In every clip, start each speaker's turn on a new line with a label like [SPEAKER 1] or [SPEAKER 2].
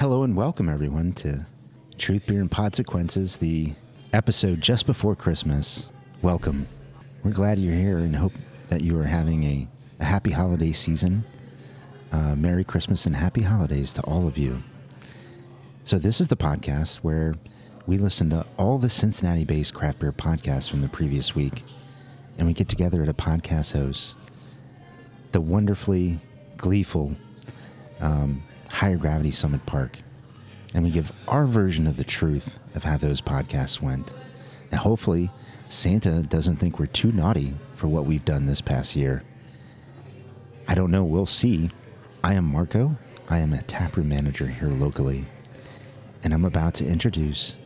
[SPEAKER 1] and welcome everyone to Truth, Beer, and Podsequences, the episode just before Christmas. Welcome. We're glad you're here and hope that you are having a, a happy holiday season. Uh, Merry Christmas and happy holidays to all of you. So, this is the podcast where we listen to all the Cincinnati based craft beer podcasts from the previous week, and we get together at a podcast host, the wonderfully gleeful um, Higher Gravity Summit Park, and we give our version of the truth of how those podcasts went. Now, hopefully, Santa doesn't think we're too naughty for what we've done this past year. I don't know. We'll see. I am Marco. I am a taproom manager here locally. And I'm about to introduce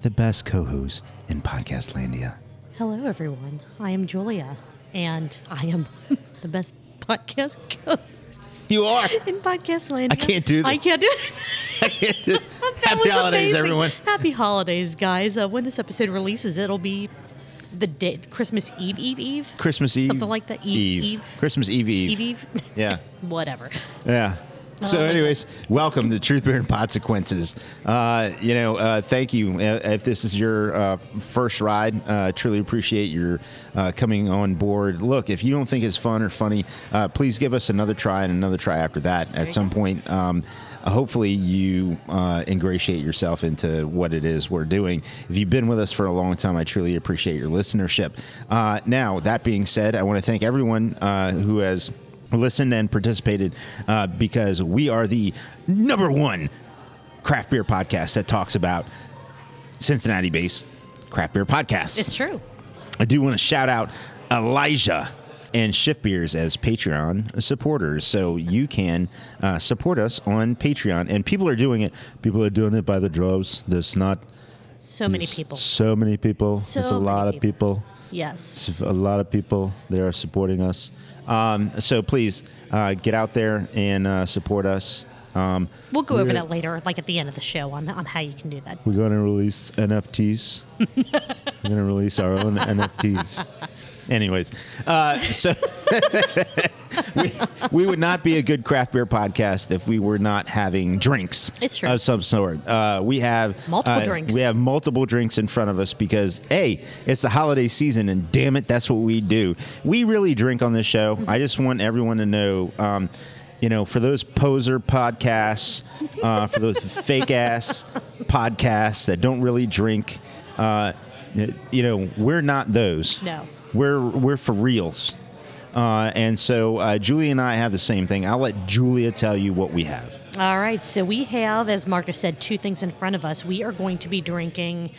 [SPEAKER 1] the best co host in Podcastlandia.
[SPEAKER 2] Hello, everyone. I am Julia, and I am the best podcast host
[SPEAKER 1] You are.
[SPEAKER 2] in podcast land.
[SPEAKER 1] I can't do
[SPEAKER 2] I
[SPEAKER 1] this.
[SPEAKER 2] can't do it. That was amazing. Happy holidays, guys. Uh, when this episode releases, it'll be the day, Christmas Eve, Eve, Eve.
[SPEAKER 1] Christmas Eve.
[SPEAKER 2] Something like that.
[SPEAKER 1] Eve.
[SPEAKER 2] Eve, Eve.
[SPEAKER 1] Christmas Eve Eve.
[SPEAKER 2] Eve, Eve.
[SPEAKER 1] Yeah.
[SPEAKER 2] Whatever.
[SPEAKER 1] Yeah. So,
[SPEAKER 2] Oh.
[SPEAKER 1] anyways, welcome to Truth, Beer, and Podsequences. Uh, you know, uh, thank you. Uh, If this is your uh, first ride, uh, truly appreciate your uh, coming on board. Look, if you don't think it's fun or funny, uh, please give us another try and another try after that. At some point, um, hopefully, you uh, ingratiate yourself into what it is we're doing. If you've been with us for a long time, I truly appreciate your listenership. Uh, now, that being said, I want to thank everyone uh, who has listened and participated uh, because we are the number one craft beer podcast that talks about Cincinnati based craft beer podcasts.
[SPEAKER 2] It's true.
[SPEAKER 1] I do want to shout out Elijah and Shift Beers as Patreon supporters. So you can uh, support us on Patreon. And people are doing it. People are doing it by the droves. There's not
[SPEAKER 2] So many
[SPEAKER 1] there's
[SPEAKER 2] people.
[SPEAKER 1] So many people.
[SPEAKER 2] So
[SPEAKER 1] there's a lot
[SPEAKER 2] many
[SPEAKER 1] of people
[SPEAKER 2] Yes.
[SPEAKER 1] a lot of people they are supporting us um, so please uh, get out there and uh, support us um,
[SPEAKER 2] We'll go over
[SPEAKER 1] we're-
[SPEAKER 2] that later, like at the end of the show, on on how you can do that.
[SPEAKER 1] we're going to release nfts we're going to release our own nfts anyways uh, so we, we would not be a good craft beer podcast if we were not having drinks
[SPEAKER 2] It's true.
[SPEAKER 1] of some sort uh, we have
[SPEAKER 2] Multiple
[SPEAKER 1] uh,
[SPEAKER 2] drinks.
[SPEAKER 1] we have multiple drinks in front of us because hey it's the holiday season and damn it that's what we do we really drink on this show i just want everyone to know um, you know for those poser podcasts uh, for those fake ass podcasts that don't really drink uh, you know we're not those
[SPEAKER 2] No.
[SPEAKER 1] we're we're for reals uh, and so uh, Julie and I have the same thing. I'll let Julia tell you what we have.
[SPEAKER 2] All right, so we have, as Marcus said, two things in front of us. We are going to be drinking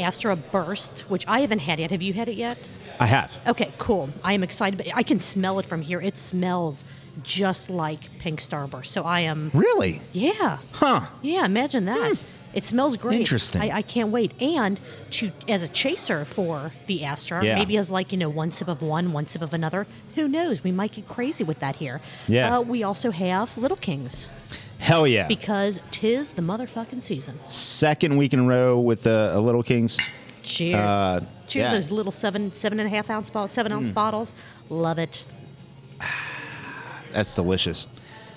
[SPEAKER 2] Astra Burst, which I haven't had yet. Have you had it yet?
[SPEAKER 1] I have.
[SPEAKER 2] Okay, cool. I am excited. but I can smell it from here. It smells just like Pink Starburst. So I am,
[SPEAKER 1] Really?
[SPEAKER 2] yeah.
[SPEAKER 1] Huh. Hmm.
[SPEAKER 2] Yeah, imagine that. It smells great.
[SPEAKER 1] Interesting.
[SPEAKER 2] I, I can't wait. And to as a chaser for the Astra,
[SPEAKER 1] Yeah.
[SPEAKER 2] maybe as like you know one sip of one, one sip of another. Who knows? We might get crazy with that here.
[SPEAKER 1] Yeah.
[SPEAKER 2] Uh, we also have Little Kings
[SPEAKER 1] Hell yeah.
[SPEAKER 2] because tis the motherfucking season.
[SPEAKER 1] second week in a row with uh, a Little Kings.
[SPEAKER 2] Cheers.
[SPEAKER 1] Uh,
[SPEAKER 2] Cheers.
[SPEAKER 1] yeah. Hmm.
[SPEAKER 2] Those little seven, seven and a half ounce bottles, seven ounce bottles. Love it.
[SPEAKER 1] That's delicious.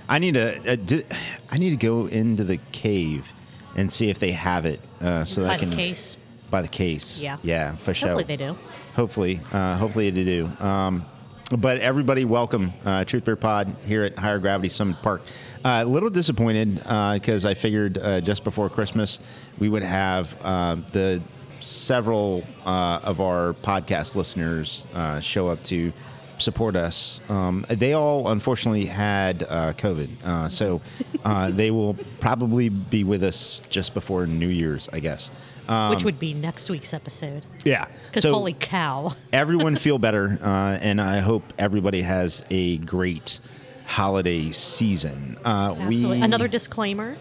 [SPEAKER 1] I need to uh, do, I need to go into the cave and see if they have it uh, so that
[SPEAKER 2] By
[SPEAKER 1] I
[SPEAKER 2] the
[SPEAKER 1] can
[SPEAKER 2] case.
[SPEAKER 1] by the case.
[SPEAKER 2] Yeah.
[SPEAKER 1] Yeah, for sure.
[SPEAKER 2] Hopefully they do.
[SPEAKER 1] Hopefully, uh, hopefully they do. Um, but everybody, welcome uh, Truth Beer Pod here at Higher Gravity Summit Park. Uh, a little disappointed because I figured uh, just before Christmas we would have uh, the several uh, of our podcast listeners uh, show up to support us. Um, they all unfortunately had uh, COVID, uh, so uh, they will probably be with us just before New Year's, I guess. Um,
[SPEAKER 2] Which would be next week's episode.
[SPEAKER 1] yeah,
[SPEAKER 2] Because
[SPEAKER 1] So-
[SPEAKER 2] holy cow.
[SPEAKER 1] everyone feel better, uh, and I hope everybody has a great holiday season. Uh,
[SPEAKER 2] Absolutely.
[SPEAKER 1] We
[SPEAKER 2] Another disclaimer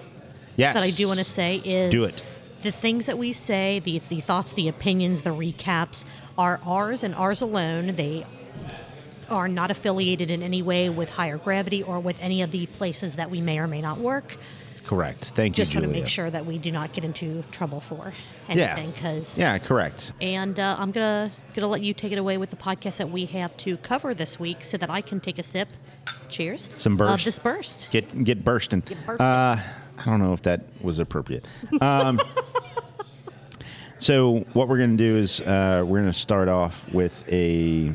[SPEAKER 1] yes,
[SPEAKER 2] that I do want to say is
[SPEAKER 1] Do it.
[SPEAKER 2] the things that we say, the, the thoughts, the opinions, the recaps are ours and ours alone. They are not affiliated in any way with higher gravity or with any of the places that we may or may not work.
[SPEAKER 1] Correct. Thank
[SPEAKER 2] just
[SPEAKER 1] you,
[SPEAKER 2] want
[SPEAKER 1] Julia.
[SPEAKER 2] to make sure that we do not get into trouble for
[SPEAKER 1] Yeah.
[SPEAKER 2] anything because
[SPEAKER 1] Yeah. Correct.
[SPEAKER 2] and uh, i'm gonna gonna let you take it away with the podcast that we have to cover this week so that i can take a sip cheers
[SPEAKER 1] Some
[SPEAKER 2] of
[SPEAKER 1] burst.
[SPEAKER 2] this burst
[SPEAKER 1] Get get bursting.
[SPEAKER 2] burst.
[SPEAKER 1] Uh, I don't know if that was appropriate. Um, so what we're going to do is uh, we're going to start off with a,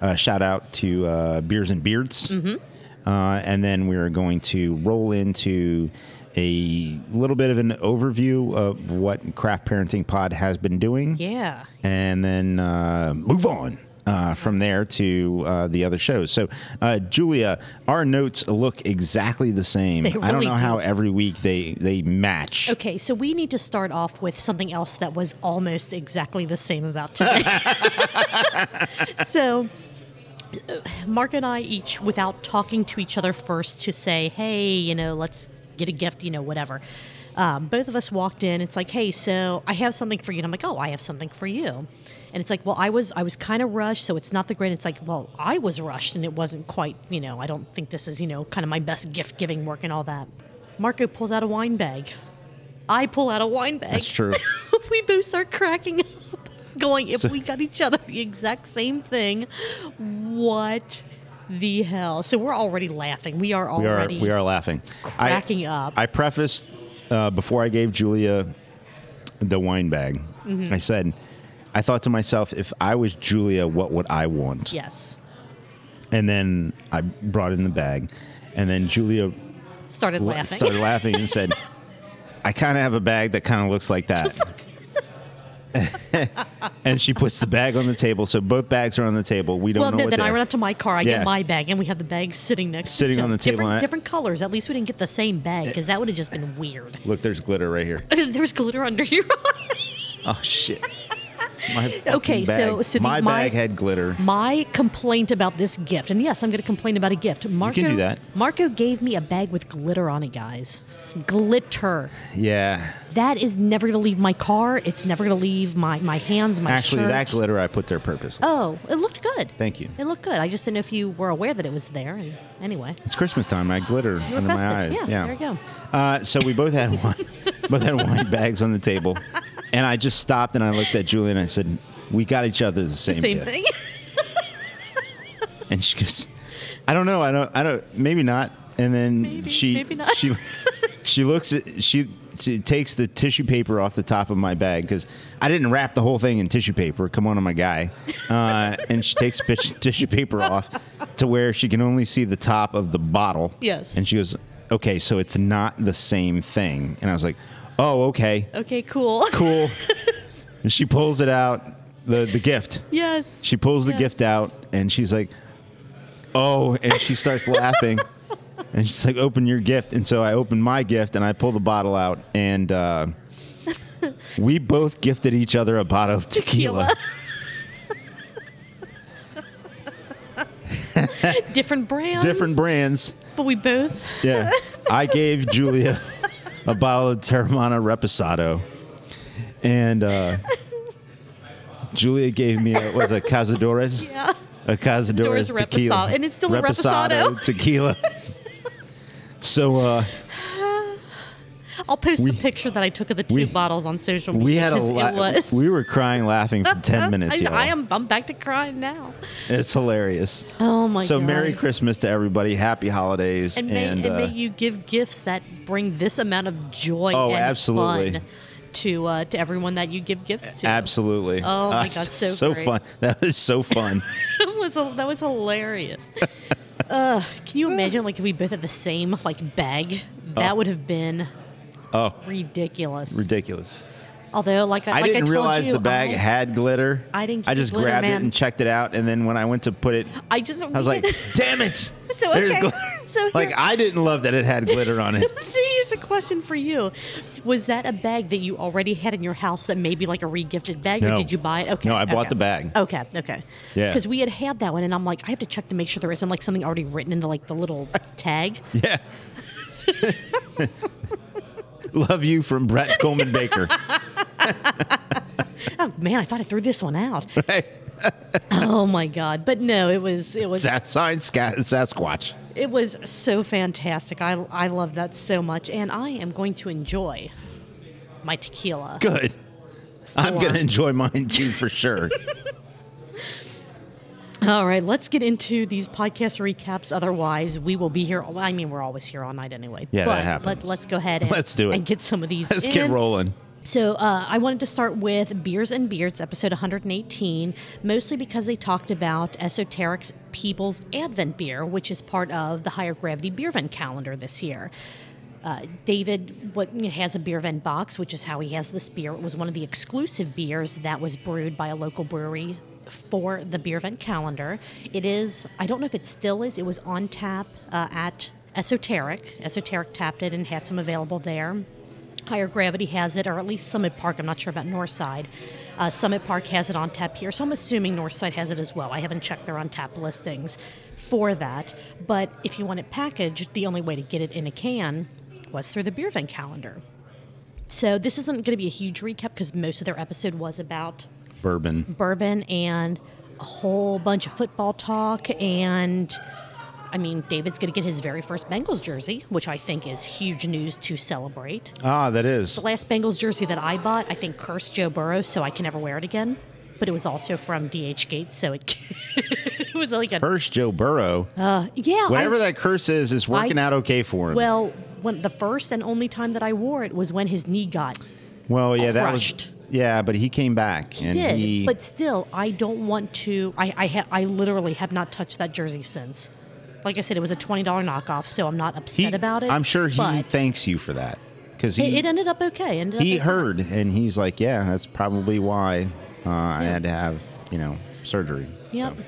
[SPEAKER 1] uh shout out to uh, Beers and Beards, uh, and then we are going to roll into a little bit of an overview of what Craft Parenting Pod has been doing
[SPEAKER 2] Yeah.
[SPEAKER 1] and then uh, move on uh, from there to uh, the other shows. So, uh, Julia, our notes look exactly the same.
[SPEAKER 2] They
[SPEAKER 1] I don't
[SPEAKER 2] really
[SPEAKER 1] know how
[SPEAKER 2] do.
[SPEAKER 1] every week they they match.
[SPEAKER 2] Okay, so we need to start off with something else that was almost exactly the same about today. so, uh, Mark and I each, without talking to each other first, to say, hey, you know, let's get a gift, you know, whatever. Um, both of us walked in. It's like, hey, so I have something for you. And I'm like, oh, I have something for you. And it's like, well, I was I was kind of rushed, so it's not the great. It's like, well, I was rushed, and it wasn't quite, you know. I don't think this is, you know, kind of my best gift giving work and all that. Marco pulls out a wine bag. I pull out a wine bag.
[SPEAKER 1] That's true.
[SPEAKER 2] we both start cracking up, going, if
[SPEAKER 1] So-
[SPEAKER 2] we got each other the exact same thing, what the hell? So we're already laughing. We are
[SPEAKER 1] We are
[SPEAKER 2] already.
[SPEAKER 1] we are laughing.
[SPEAKER 2] cracking
[SPEAKER 1] I,
[SPEAKER 2] up.
[SPEAKER 1] I prefaced uh, before I gave Julia the wine bag.
[SPEAKER 2] Mm-hmm.
[SPEAKER 1] I said, I thought to myself, if I was Julia, what would I want?
[SPEAKER 2] Yes.
[SPEAKER 1] And then I brought in the bag, and then Julia
[SPEAKER 2] Started
[SPEAKER 1] la-
[SPEAKER 2] laughing.
[SPEAKER 1] started laughing and said, I kind of have a bag that kind of looks like that. and she puts the bag on the table. So both bags are on the table. We don't
[SPEAKER 2] well,
[SPEAKER 1] know
[SPEAKER 2] no,
[SPEAKER 1] what
[SPEAKER 2] then I
[SPEAKER 1] they're-
[SPEAKER 2] run up to my car. I
[SPEAKER 1] Yeah.
[SPEAKER 2] get my bag, and we have the bag sitting next
[SPEAKER 1] Sitting
[SPEAKER 2] to each
[SPEAKER 1] on
[SPEAKER 2] other.
[SPEAKER 1] the table,
[SPEAKER 2] Different,
[SPEAKER 1] and I-
[SPEAKER 2] different colors. At least we didn't get the same bag because that would have just been weird.
[SPEAKER 1] Look, there's glitter right here.
[SPEAKER 2] there was glitter under your eye.
[SPEAKER 1] Oh, shit. My fucking
[SPEAKER 2] Okay, so-
[SPEAKER 1] bag.
[SPEAKER 2] so the-
[SPEAKER 1] my,
[SPEAKER 2] my-
[SPEAKER 1] bag had glitter.
[SPEAKER 2] My complaint about this gift, and yes, I'm going to complain about a gift. Marco,
[SPEAKER 1] do that.
[SPEAKER 2] Marco gave me a bag with glitter on it, guys. Glitter.
[SPEAKER 1] Yeah.
[SPEAKER 2] That is never going to leave my car. It's never going to leave my, my hands, my
[SPEAKER 1] Actually,
[SPEAKER 2] shirt.
[SPEAKER 1] that glitter I put there purposely.
[SPEAKER 2] Oh, it looked good.
[SPEAKER 1] Thank you.
[SPEAKER 2] It looked good. I just didn't know if you were aware that it was there. And anyway,
[SPEAKER 1] It's Christmas time. I glitter
[SPEAKER 2] were
[SPEAKER 1] under
[SPEAKER 2] festive.
[SPEAKER 1] my eyes.
[SPEAKER 2] Yeah, there you go.
[SPEAKER 1] Uh, so we both had one, both had wine bags on the table, and I just stopped and I looked at Julie and I said, "We got each other the same,
[SPEAKER 2] same
[SPEAKER 1] gift."
[SPEAKER 2] thing.
[SPEAKER 1] And she goes, "I don't know. I don't. I don't. Maybe not." And then she
[SPEAKER 2] maybe not.
[SPEAKER 1] she she looks at she. She takes the tissue paper off the top of my bag because I didn't wrap the whole thing in tissue paper. Come on, my guy. Uh, and she takes the tissue paper off to where she can only see the top of the bottle.
[SPEAKER 2] Yes.
[SPEAKER 1] And she goes, "Okay, so it's not the same thing." And I was like, "Oh, okay,
[SPEAKER 2] okay, cool.
[SPEAKER 1] cool." and she pulls it out the the gift.
[SPEAKER 2] yes.
[SPEAKER 1] She pulls the
[SPEAKER 2] Yes.
[SPEAKER 1] gift out and she's like, "Oh!" and she starts laughing. And she's like, "Open your gift." And so I open my gift and I pull the bottle out and uh, we both gifted each other a bottle of tequila.
[SPEAKER 2] Different brands.
[SPEAKER 1] Different brands.
[SPEAKER 2] But we both.
[SPEAKER 1] Yeah. I gave Julia a bottle of Terramana Reposado. And uh, Julia gave me a was a Cazadores.
[SPEAKER 2] Yeah.
[SPEAKER 1] A Cazadores
[SPEAKER 2] Cazadores
[SPEAKER 1] tequila.
[SPEAKER 2] Reposado. And it's still a Reposado.
[SPEAKER 1] tequila. so uh,
[SPEAKER 2] I'll post
[SPEAKER 1] We-
[SPEAKER 2] the picture that I took of the two
[SPEAKER 1] we-
[SPEAKER 2] bottles on social media.
[SPEAKER 1] we had a
[SPEAKER 2] 'cause
[SPEAKER 1] la-
[SPEAKER 2] It was.
[SPEAKER 1] we were crying laughing for 10 minutes.
[SPEAKER 2] I,
[SPEAKER 1] y'all.
[SPEAKER 2] I am. I'm back to crying now.
[SPEAKER 1] It's hilarious.
[SPEAKER 2] Oh my
[SPEAKER 1] so
[SPEAKER 2] god.
[SPEAKER 1] Merry Christmas to everybody. Happy holidays.
[SPEAKER 2] And may, and,
[SPEAKER 1] uh,
[SPEAKER 2] may you give gifts that bring this amount of joy
[SPEAKER 1] Oh,
[SPEAKER 2] and
[SPEAKER 1] absolutely.
[SPEAKER 2] fun to uh, to everyone that you give gifts to.
[SPEAKER 1] absolutely.
[SPEAKER 2] Oh my
[SPEAKER 1] Uh,
[SPEAKER 2] God, so great.
[SPEAKER 1] fun. That was so fun.
[SPEAKER 2] that was a, that was hilarious. Ugh, can you imagine like if we both had the same like bag? That
[SPEAKER 1] Oh.
[SPEAKER 2] would have been
[SPEAKER 1] oh,
[SPEAKER 2] ridiculous.
[SPEAKER 1] ridiculous.
[SPEAKER 2] Although like I,
[SPEAKER 1] I
[SPEAKER 2] like
[SPEAKER 1] didn't
[SPEAKER 2] told
[SPEAKER 1] realize
[SPEAKER 2] you,
[SPEAKER 1] the bag
[SPEAKER 2] I,
[SPEAKER 1] had glitter.
[SPEAKER 2] I didn't
[SPEAKER 1] I
[SPEAKER 2] get the
[SPEAKER 1] just
[SPEAKER 2] glitter,
[SPEAKER 1] grabbed it
[SPEAKER 2] man.
[SPEAKER 1] and checked it out, and then when I went to put it,
[SPEAKER 2] I just
[SPEAKER 1] I was like, "Damn it!"
[SPEAKER 2] So,
[SPEAKER 1] There's
[SPEAKER 2] okay.
[SPEAKER 1] glitter."
[SPEAKER 2] So here-
[SPEAKER 1] like I didn't love that it had glitter on it.
[SPEAKER 2] See, here's a question for you. Was that a bag that you already had in your house that maybe like a regifted bag,
[SPEAKER 1] No.
[SPEAKER 2] or did you buy it? Okay,
[SPEAKER 1] No, I bought
[SPEAKER 2] okay.
[SPEAKER 1] the bag.
[SPEAKER 2] Okay, okay.
[SPEAKER 1] Yeah.
[SPEAKER 2] because we had had that one, and I'm like, I have to check to make sure there isn't like something already written into like the little tag.
[SPEAKER 1] Yeah. love you from Brett Coleman Baker.
[SPEAKER 2] Oh man, I thought I threw this one out.
[SPEAKER 1] Right?
[SPEAKER 2] oh my god! But no, it was it was
[SPEAKER 1] Sa- Signed Sca- Sasquatch.
[SPEAKER 2] it was so fantastic. I I love that so much, and I am going to enjoy my tequila.
[SPEAKER 1] Good. I'm
[SPEAKER 2] Four.
[SPEAKER 1] gonna enjoy mine too for sure.
[SPEAKER 2] All right, let's get into these podcast recaps. Otherwise, we will be here. I mean, we're always here all night anyway.
[SPEAKER 1] Yeah,
[SPEAKER 2] but
[SPEAKER 1] that happens.
[SPEAKER 2] Let, us go ahead and,
[SPEAKER 1] Let's do it.
[SPEAKER 2] and get some of these.
[SPEAKER 1] Let's get
[SPEAKER 2] in.
[SPEAKER 1] rolling.
[SPEAKER 2] So uh, I wanted to start with Beers and Beards, episode 118, mostly because they talked about Esoteric's Peebles Advent Beer, which is part of the Higher Gravity Beer Event calendar this year. Uh, David what, you know, has a beer event box, which is how he has this beer. It was one of the exclusive beers that was brewed by a local brewery for the beer event calendar. It is, I don't know if it still is, it was on tap uh, at Esoteric. Esoteric tapped it and had some available there. Higher Gravity has it, or at least Summit Park. I'm not sure about Northside. Uh, Summit Park has it on tap here, so I'm assuming Northside has it as well. I haven't checked their on tap listings for that. But if you want it packaged, the only way to get it in a can was through the beer event calendar. So this isn't going to be a huge recap because most of their episode was about
[SPEAKER 1] Bourbon.
[SPEAKER 2] bourbon and a whole bunch of football talk and I mean, David's going to get his very first Bengals jersey, which I think is huge news to celebrate
[SPEAKER 1] Ah, that is.
[SPEAKER 2] last Bengals jersey that I bought, I think cursed Joe Burrow, so I can never wear it again. But it was also from DH Gates, so it, it was like a
[SPEAKER 1] Curse Joe Burrow.
[SPEAKER 2] yeah. Uh, I-
[SPEAKER 1] Whatever that curse is, is working
[SPEAKER 2] I-
[SPEAKER 1] out okay for him.
[SPEAKER 2] well, when the first and only time that I wore it was when his knee got
[SPEAKER 1] Well, yeah,
[SPEAKER 2] crushed.
[SPEAKER 1] that was. Yeah, but he came back and
[SPEAKER 2] did.
[SPEAKER 1] he.
[SPEAKER 2] But still, I don't want to. I I, ha- I literally have not touched that jersey since. Like I said, it was a twenty dollar knockoff, so I'm not
[SPEAKER 1] he-
[SPEAKER 2] upset about it.
[SPEAKER 1] I'm sure he
[SPEAKER 2] but
[SPEAKER 1] thanks you for that because
[SPEAKER 2] it,
[SPEAKER 1] he
[SPEAKER 2] it ended up okay. Ended
[SPEAKER 1] he
[SPEAKER 2] up okay.
[SPEAKER 1] heard and he's like, yeah, that's probably why uh, I had to have you know surgery.
[SPEAKER 2] Yep.
[SPEAKER 1] So-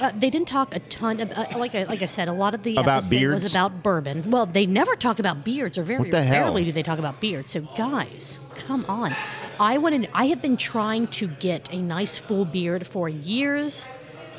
[SPEAKER 2] Uh, they didn't talk a ton of, uh, like I, like I said, a lot of the
[SPEAKER 1] About
[SPEAKER 2] episode
[SPEAKER 1] beards?
[SPEAKER 2] was about bourbon. Well, they never talk about beards, or very
[SPEAKER 1] What the hell?
[SPEAKER 2] rarely do they talk about beards. So guys, come on. I want to. I have been trying to get a nice full beard for years.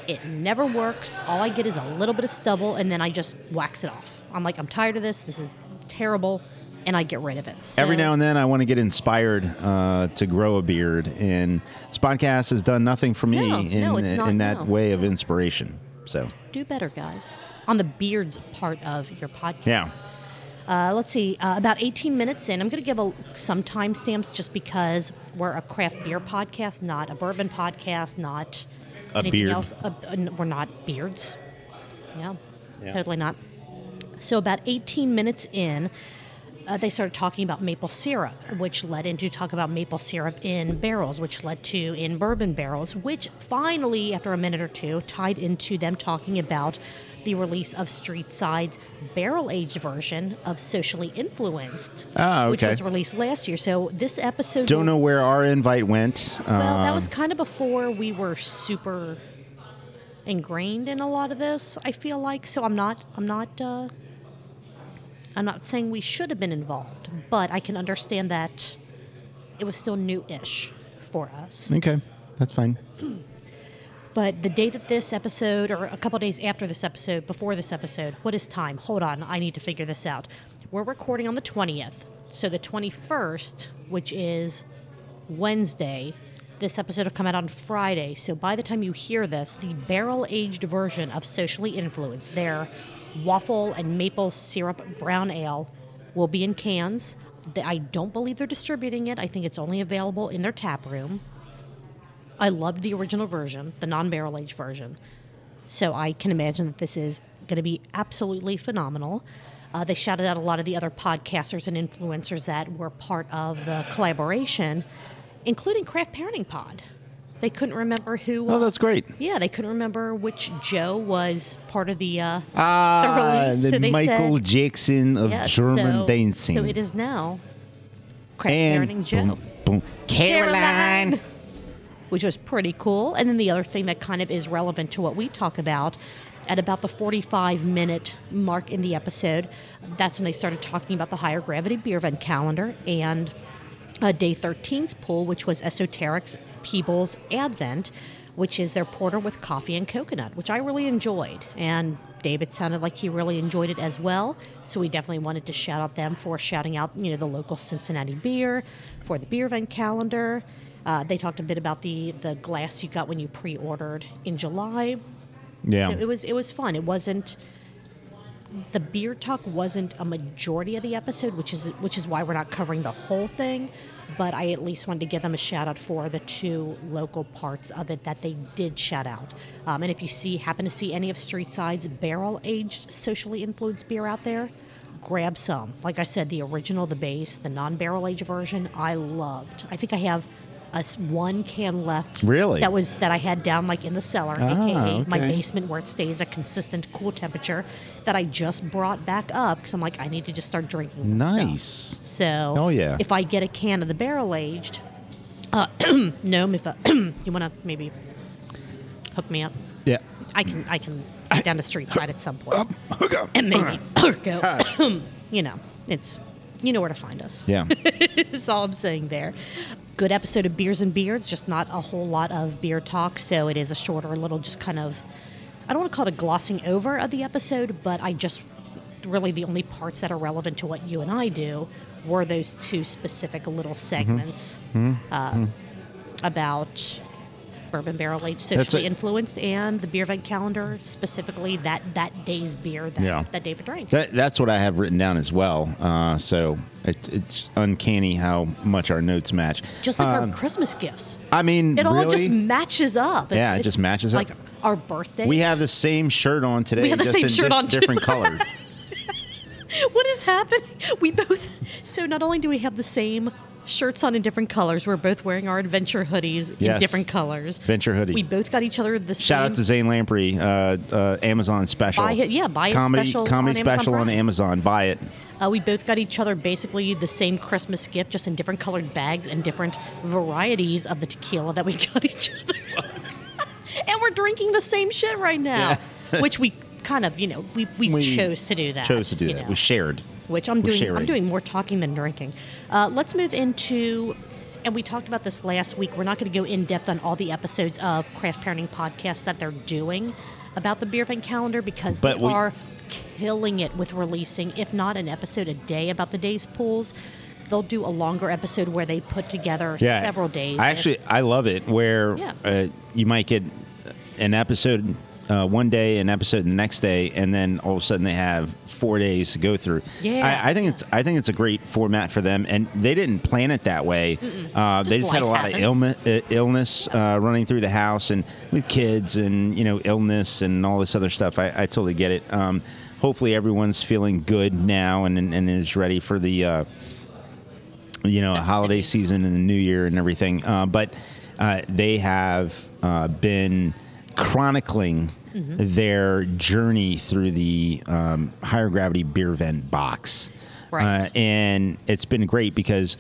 [SPEAKER 2] It never works. All I get is a little bit of stubble, and then I just wax it off. I'm like, I'm tired of this. This is terrible, and I get rid of it. So,
[SPEAKER 1] Every now and then, I want to get inspired uh, to grow a beard, and this podcast has done nothing for me
[SPEAKER 2] No,
[SPEAKER 1] in,
[SPEAKER 2] no, it's not,
[SPEAKER 1] in that
[SPEAKER 2] no.
[SPEAKER 1] way of inspiration. So,
[SPEAKER 2] do better, guys, on the beards part of your podcast.
[SPEAKER 1] Yeah.
[SPEAKER 2] Uh, let's see, uh, about 18 minutes in. I'm going to give a, some timestamps just because we're a craft beer podcast, not a bourbon podcast, not
[SPEAKER 1] A
[SPEAKER 2] anything
[SPEAKER 1] beard.
[SPEAKER 2] else. A- a- n- we're not beards. Yeah,
[SPEAKER 1] Yeah.
[SPEAKER 2] totally not. So, about 18 minutes in, uh, they started talking about maple syrup, which led into talk about maple syrup in barrels, which led to in bourbon barrels, which finally, after a minute or two, tied into them talking about the release of Streetside's barrel aged version of Socially Influenced,
[SPEAKER 1] Ah,
[SPEAKER 2] which
[SPEAKER 1] okay.
[SPEAKER 2] was released last year. So this episode
[SPEAKER 1] don't know where our invite went.
[SPEAKER 2] well, that
[SPEAKER 1] Um,
[SPEAKER 2] was kind of before we were super ingrained in a lot of this. I feel like so. I'm not. I'm not. Uh, I'm not saying we should have been involved, but I can understand that it was still new-ish for us.
[SPEAKER 1] okay, that's fine.
[SPEAKER 2] But the day that this episode, or a couple days after this episode, before this episode, what is time? Hold on, I need to figure this out. We're recording on the 20th. So the 21st, which is Wednesday, this episode will come out on Friday. So by the time you hear this, the barrel aged version of Socially Influenced, their waffle and maple syrup brown ale, will be in cans. They- I don't believe they're distributing it. I think it's only available in their tap room. I loved the original version, the non barrel aged version. So I can imagine that this is going to be absolutely phenomenal. Uh, they shouted out a lot of the other podcasters and influencers that were part of the collaboration, including Craft Parenting Pod. They couldn't remember who.
[SPEAKER 1] Oh,
[SPEAKER 2] uh,
[SPEAKER 1] that's great.
[SPEAKER 2] yeah, they couldn't remember which Joe was part of the. Uh,
[SPEAKER 1] Ah,
[SPEAKER 2] release, so
[SPEAKER 1] the
[SPEAKER 2] they
[SPEAKER 1] Michael
[SPEAKER 2] said-
[SPEAKER 1] Jackson of
[SPEAKER 2] yeah,
[SPEAKER 1] German
[SPEAKER 2] so,
[SPEAKER 1] dancing.
[SPEAKER 2] So it is now Craft Parenting
[SPEAKER 1] and
[SPEAKER 2] Joe.
[SPEAKER 1] boom, boom. Caroline.
[SPEAKER 2] Which was pretty cool. And then the other thing that kind of is relevant to what we talk about at about the 45 minute mark in the episode, that's when they started talking about the higher gravity beer event calendar and uh, day 13's pool, which was Esoteric's Peebles Advent, which is their porter with coffee and coconut, which I really enjoyed. And David sounded like he really enjoyed it as well. So we definitely wanted to shout out them for shouting out, you know, the local Cincinnati beer for the beer event calendar. Uh, they talked a bit about the, the glass you got when you pre-ordered in July.
[SPEAKER 1] Yeah.
[SPEAKER 2] So it was it was fun. It wasn't the beer talk wasn't a majority of the episode, which is which is why we're not covering the whole thing. But I at least wanted to give them a shout out for the two local parts of it that they did shout out. Um, and if you see happen to see any of Streetside's barrel aged socially influenced beer out there, grab some. Like I said, the original, the base, the non barrel aged version, I loved. I think I have a s- one can left.
[SPEAKER 1] Really? Ah,
[SPEAKER 2] That was that I had down like in the cellar, aka my
[SPEAKER 1] okay.
[SPEAKER 2] base basement where it stays a consistent cool temperature that I just brought back up because I'm like, I need to just start drinking. this stuff.
[SPEAKER 1] Nice.
[SPEAKER 2] So,
[SPEAKER 1] Oh, yeah.
[SPEAKER 2] if I get a can of the barrel aged, uh, gnome, if uh, you want to maybe hook me up,
[SPEAKER 1] Yeah.
[SPEAKER 2] I can I can get down the street side at some point
[SPEAKER 1] Hook up.
[SPEAKER 2] and maybe go. you know, it's you know where to find us.
[SPEAKER 1] Yeah.
[SPEAKER 2] That's all I'm saying there. Good episode of Beers and Beards, just not a whole lot of beer talk, so it is a shorter little just kind of I don't want to call it a glossing over of the episode, but I just really the only parts that are relevant to what you and I do were those two specific
[SPEAKER 1] Mm-hmm.
[SPEAKER 2] little segments uh, about bourbon barrel aged socially
[SPEAKER 1] it.
[SPEAKER 2] influenced and the beer event calendar, specifically that that day's beer that,
[SPEAKER 1] Yeah.
[SPEAKER 2] that David drank.
[SPEAKER 1] That, that's what I have written down as well. Uh, so it, it's uncanny how much our notes match.
[SPEAKER 2] just like
[SPEAKER 1] Um,
[SPEAKER 2] our Christmas gifts.
[SPEAKER 1] I mean,
[SPEAKER 2] It all
[SPEAKER 1] really?
[SPEAKER 2] just matches up. It's,
[SPEAKER 1] Yeah, it
[SPEAKER 2] it's
[SPEAKER 1] just matches up.
[SPEAKER 2] Like our birthdays.
[SPEAKER 1] we have the same shirt on today.
[SPEAKER 2] We have the
[SPEAKER 1] just
[SPEAKER 2] same
[SPEAKER 1] in
[SPEAKER 2] shirt
[SPEAKER 1] di-
[SPEAKER 2] on, too.
[SPEAKER 1] Different colors.
[SPEAKER 2] What is happening? We both. So not only do we have the same shirts on in different colors, we're both wearing our adventure hoodies in
[SPEAKER 1] Yes.
[SPEAKER 2] different colors.
[SPEAKER 1] Venture hoodie.
[SPEAKER 2] We both got each other the same.
[SPEAKER 1] Shout out to Zane Lamprey, uh, uh, Amazon special.
[SPEAKER 2] Buy it- yeah, buy his
[SPEAKER 1] comedy,
[SPEAKER 2] special
[SPEAKER 1] comedy
[SPEAKER 2] on Amazon
[SPEAKER 1] special on
[SPEAKER 2] Prime.
[SPEAKER 1] Amazon. Buy it.
[SPEAKER 2] Uh, we both got each other basically the same Christmas gift, just in different colored bags and different varieties of the tequila that we got each other. and we're drinking the same shit right now, which we kind of, you know, we, we,
[SPEAKER 1] We
[SPEAKER 2] chose to do that.
[SPEAKER 1] Chose to do
[SPEAKER 2] you
[SPEAKER 1] that.
[SPEAKER 2] know.
[SPEAKER 1] We shared.
[SPEAKER 2] which I'm
[SPEAKER 1] We're
[SPEAKER 2] doing.
[SPEAKER 1] sharing.
[SPEAKER 2] I'm doing more talking than drinking. Uh, let's move into, and we talked about this last week. We're not going to go in depth on all the episodes of Craft Parenting Podcast that they're doing about the beer event calendar because
[SPEAKER 1] But
[SPEAKER 2] they
[SPEAKER 1] we-
[SPEAKER 2] are killing it with releasing, if not an episode a day about the day's pools. They'll do a longer episode where they put together several days.
[SPEAKER 1] I actually I love it where
[SPEAKER 2] Yeah.
[SPEAKER 1] uh, you might get an episode uh, one day, an episode the next day, and then all of a sudden they have four days to go through.
[SPEAKER 2] Yeah.
[SPEAKER 1] I, I think it's I think it's a great format for them, and they didn't plan it that way. Uh, they
[SPEAKER 2] Just
[SPEAKER 1] just had a lot
[SPEAKER 2] life
[SPEAKER 1] of
[SPEAKER 2] happens.
[SPEAKER 1] illness, uh, illness uh, running through the house, and with kids, and you know illness and all this other stuff. I, I totally get it. Um, hopefully everyone's feeling good now and and, and is ready for the. Uh, you know, a holiday season and the new year and everything. Uh, but uh, they have uh, been chronicling their journey through the um, higher gravity beer vent box.
[SPEAKER 2] Right.
[SPEAKER 1] Uh, and it's been great because